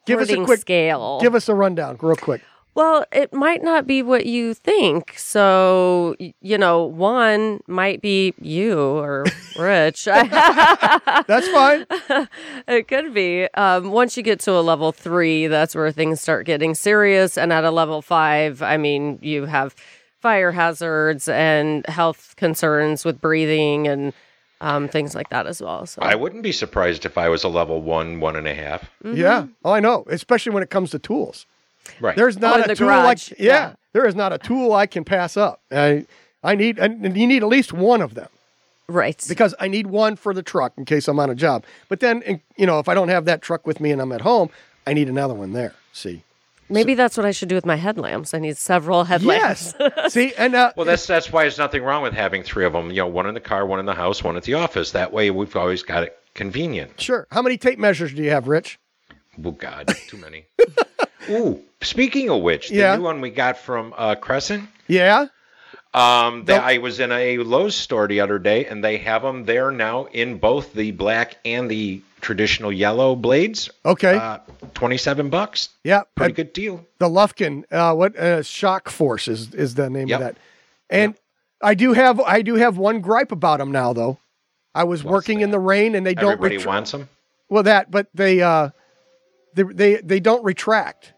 [SPEAKER 1] Give us a
[SPEAKER 3] hoarding
[SPEAKER 1] quick-
[SPEAKER 3] scale.
[SPEAKER 1] give us a rundown real quick.
[SPEAKER 3] well, it might not be what you think. So, y- you know, one might be
[SPEAKER 1] (laughs)
[SPEAKER 3] you or Rich. (laughs)
[SPEAKER 1] That's fine.
[SPEAKER 3] Mm-hmm. it could be. Um, once you get to a level three, that's where things start getting serious. And at a level five, I mean, you have fire hazards and health concerns with breathing and um, things like that as well. So
[SPEAKER 2] I wouldn't be surprised if I was a level one, one and a half.
[SPEAKER 1] Yeah. Oh, I know, especially when it comes to tools.
[SPEAKER 2] Right.
[SPEAKER 1] There's not
[SPEAKER 3] in
[SPEAKER 1] a
[SPEAKER 3] the
[SPEAKER 1] tool
[SPEAKER 3] garage,
[SPEAKER 1] like yeah,
[SPEAKER 3] yeah.
[SPEAKER 1] There is not a tool I can pass up. I I need and you need at least one of them
[SPEAKER 3] right.
[SPEAKER 1] because I need one for the truck in case I'm on a job. But then in- you know if I don't have that truck with me and I'm at home, I need another one there. See.
[SPEAKER 3] Maybe that's what I should do with my headlamps. I need several headlamps.
[SPEAKER 1] Yes. See and uh,
[SPEAKER 2] Well, that's that's why there's nothing wrong with having three of them. You know, one in the car, one in the house, one at the office. That way, we've always got it convenient.
[SPEAKER 1] sure. How many tape measures do you have, Rich?
[SPEAKER 2] Oh God,
[SPEAKER 1] (laughs)
[SPEAKER 2] too many. Ooh, speaking of which, the
[SPEAKER 1] Yeah.
[SPEAKER 2] new one we got from uh, Crescent.
[SPEAKER 1] Yeah.
[SPEAKER 2] Um, that
[SPEAKER 1] Don't-
[SPEAKER 2] I was in a Lowe's store the other day, and they have them there now in both the black and the traditional yellow blades.
[SPEAKER 1] Okay.
[SPEAKER 2] Uh, Twenty-seven bucks,
[SPEAKER 1] yeah.
[SPEAKER 2] pretty
[SPEAKER 1] uh,
[SPEAKER 2] good deal.
[SPEAKER 1] The Lufkin. Uh, what uh, shock force is is the name
[SPEAKER 2] Yep.
[SPEAKER 1] of that. And I do have I do have one gripe about them now though. I was
[SPEAKER 2] What's
[SPEAKER 1] working in the rain and they don't
[SPEAKER 2] Everybody
[SPEAKER 1] retr-
[SPEAKER 2] wants them.
[SPEAKER 1] Well, that, but they uh, they they, they don't retract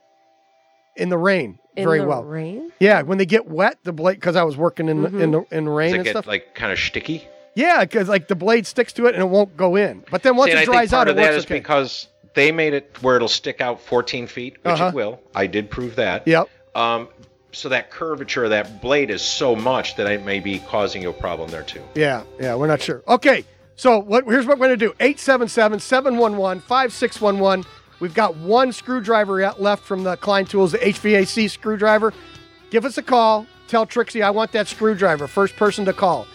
[SPEAKER 1] in the rain.
[SPEAKER 3] In
[SPEAKER 1] very
[SPEAKER 3] the
[SPEAKER 1] well.
[SPEAKER 3] rain?
[SPEAKER 1] Yeah, when they get wet, the blade because I was working in
[SPEAKER 3] Mhm.
[SPEAKER 1] the in the in the rain
[SPEAKER 2] Does
[SPEAKER 1] and
[SPEAKER 2] it get
[SPEAKER 1] stuff.
[SPEAKER 2] like kind of sticky?
[SPEAKER 1] yeah, because like the blade sticks to it and it won't go in. But then once
[SPEAKER 2] See, and
[SPEAKER 1] it
[SPEAKER 2] I think
[SPEAKER 1] dries
[SPEAKER 2] part
[SPEAKER 1] out, it
[SPEAKER 2] of that
[SPEAKER 1] works
[SPEAKER 2] is
[SPEAKER 1] okay.
[SPEAKER 2] because they made it where it'll stick out 14 feet, which
[SPEAKER 1] Uh-huh.
[SPEAKER 2] it will. I did prove that.
[SPEAKER 1] Yep.
[SPEAKER 2] Um, so that curvature of that blade is so much that it may be causing you a problem there too.
[SPEAKER 1] Yeah, yeah, we're not sure. Okay, so what? here's what we're going to do 877 711 5611. We've got one screwdriver yet left from the Klein Tools, the HVAC screwdriver. Give us a call. Tell Trixie, I want that screwdriver. First person to call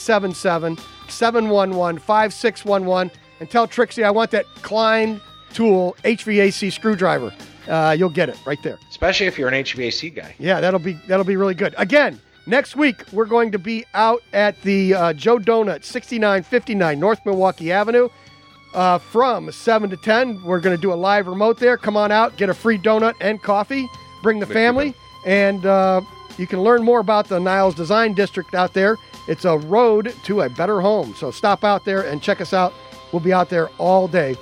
[SPEAKER 1] 877 711 5611. And tell Trixie, I want that Klein Tool HVAC screwdriver. Uh, you'll get it right there.
[SPEAKER 2] Especially if you're an HVAC guy.
[SPEAKER 1] Yeah, that'll be that'll be really good. Again, next week we're going to be out at the uh, Joe Donut, 6959 North Milwaukee Avenue, uh, from seven to ten. We're going to do a live remote there. Come on out, get a free donut and coffee. Bring the family, and uh, you can learn more about the Niles Design District out there. It's a road to a better home. So stop out there and check us out. We'll be out there all day.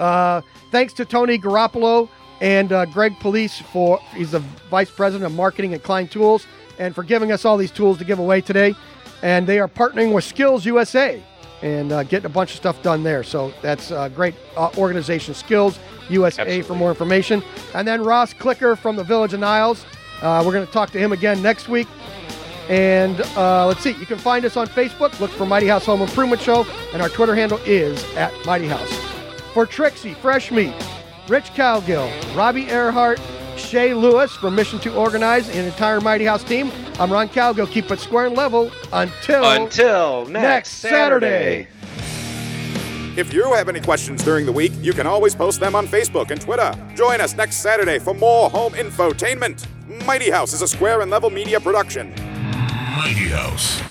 [SPEAKER 1] Uh, thanks to Tony Garoppolo and uh, Greg Police for he's the vice president of marketing at Klein Tools and for giving us all these tools to give away today. And they are partnering with Skills USA and uh, getting a bunch of stuff done there. So that's uh, great uh, organization, Skills USA, for more information. And then Ross Clicker from the Village of Niles. Uh, we're going to talk to him again next week. And uh, let's see, you can find us on Facebook. Look for Mighty House Home Improvement Show, and our Twitter handle is at Mighty House. For Trixie, Fresh Meat, Rich Cowgill, Robbie Earhart, Shay Lewis from Mission to Organize, and entire Mighty House team, I'm Ron Cowgill. Keep it square and level until
[SPEAKER 2] Until next,
[SPEAKER 1] Saturday.
[SPEAKER 8] If you have any questions during the week, you can always post them on Facebook and Twitter. Join us next Saturday for more home infotainment. Mighty House is a square and level media production.
[SPEAKER 12] Mighty House.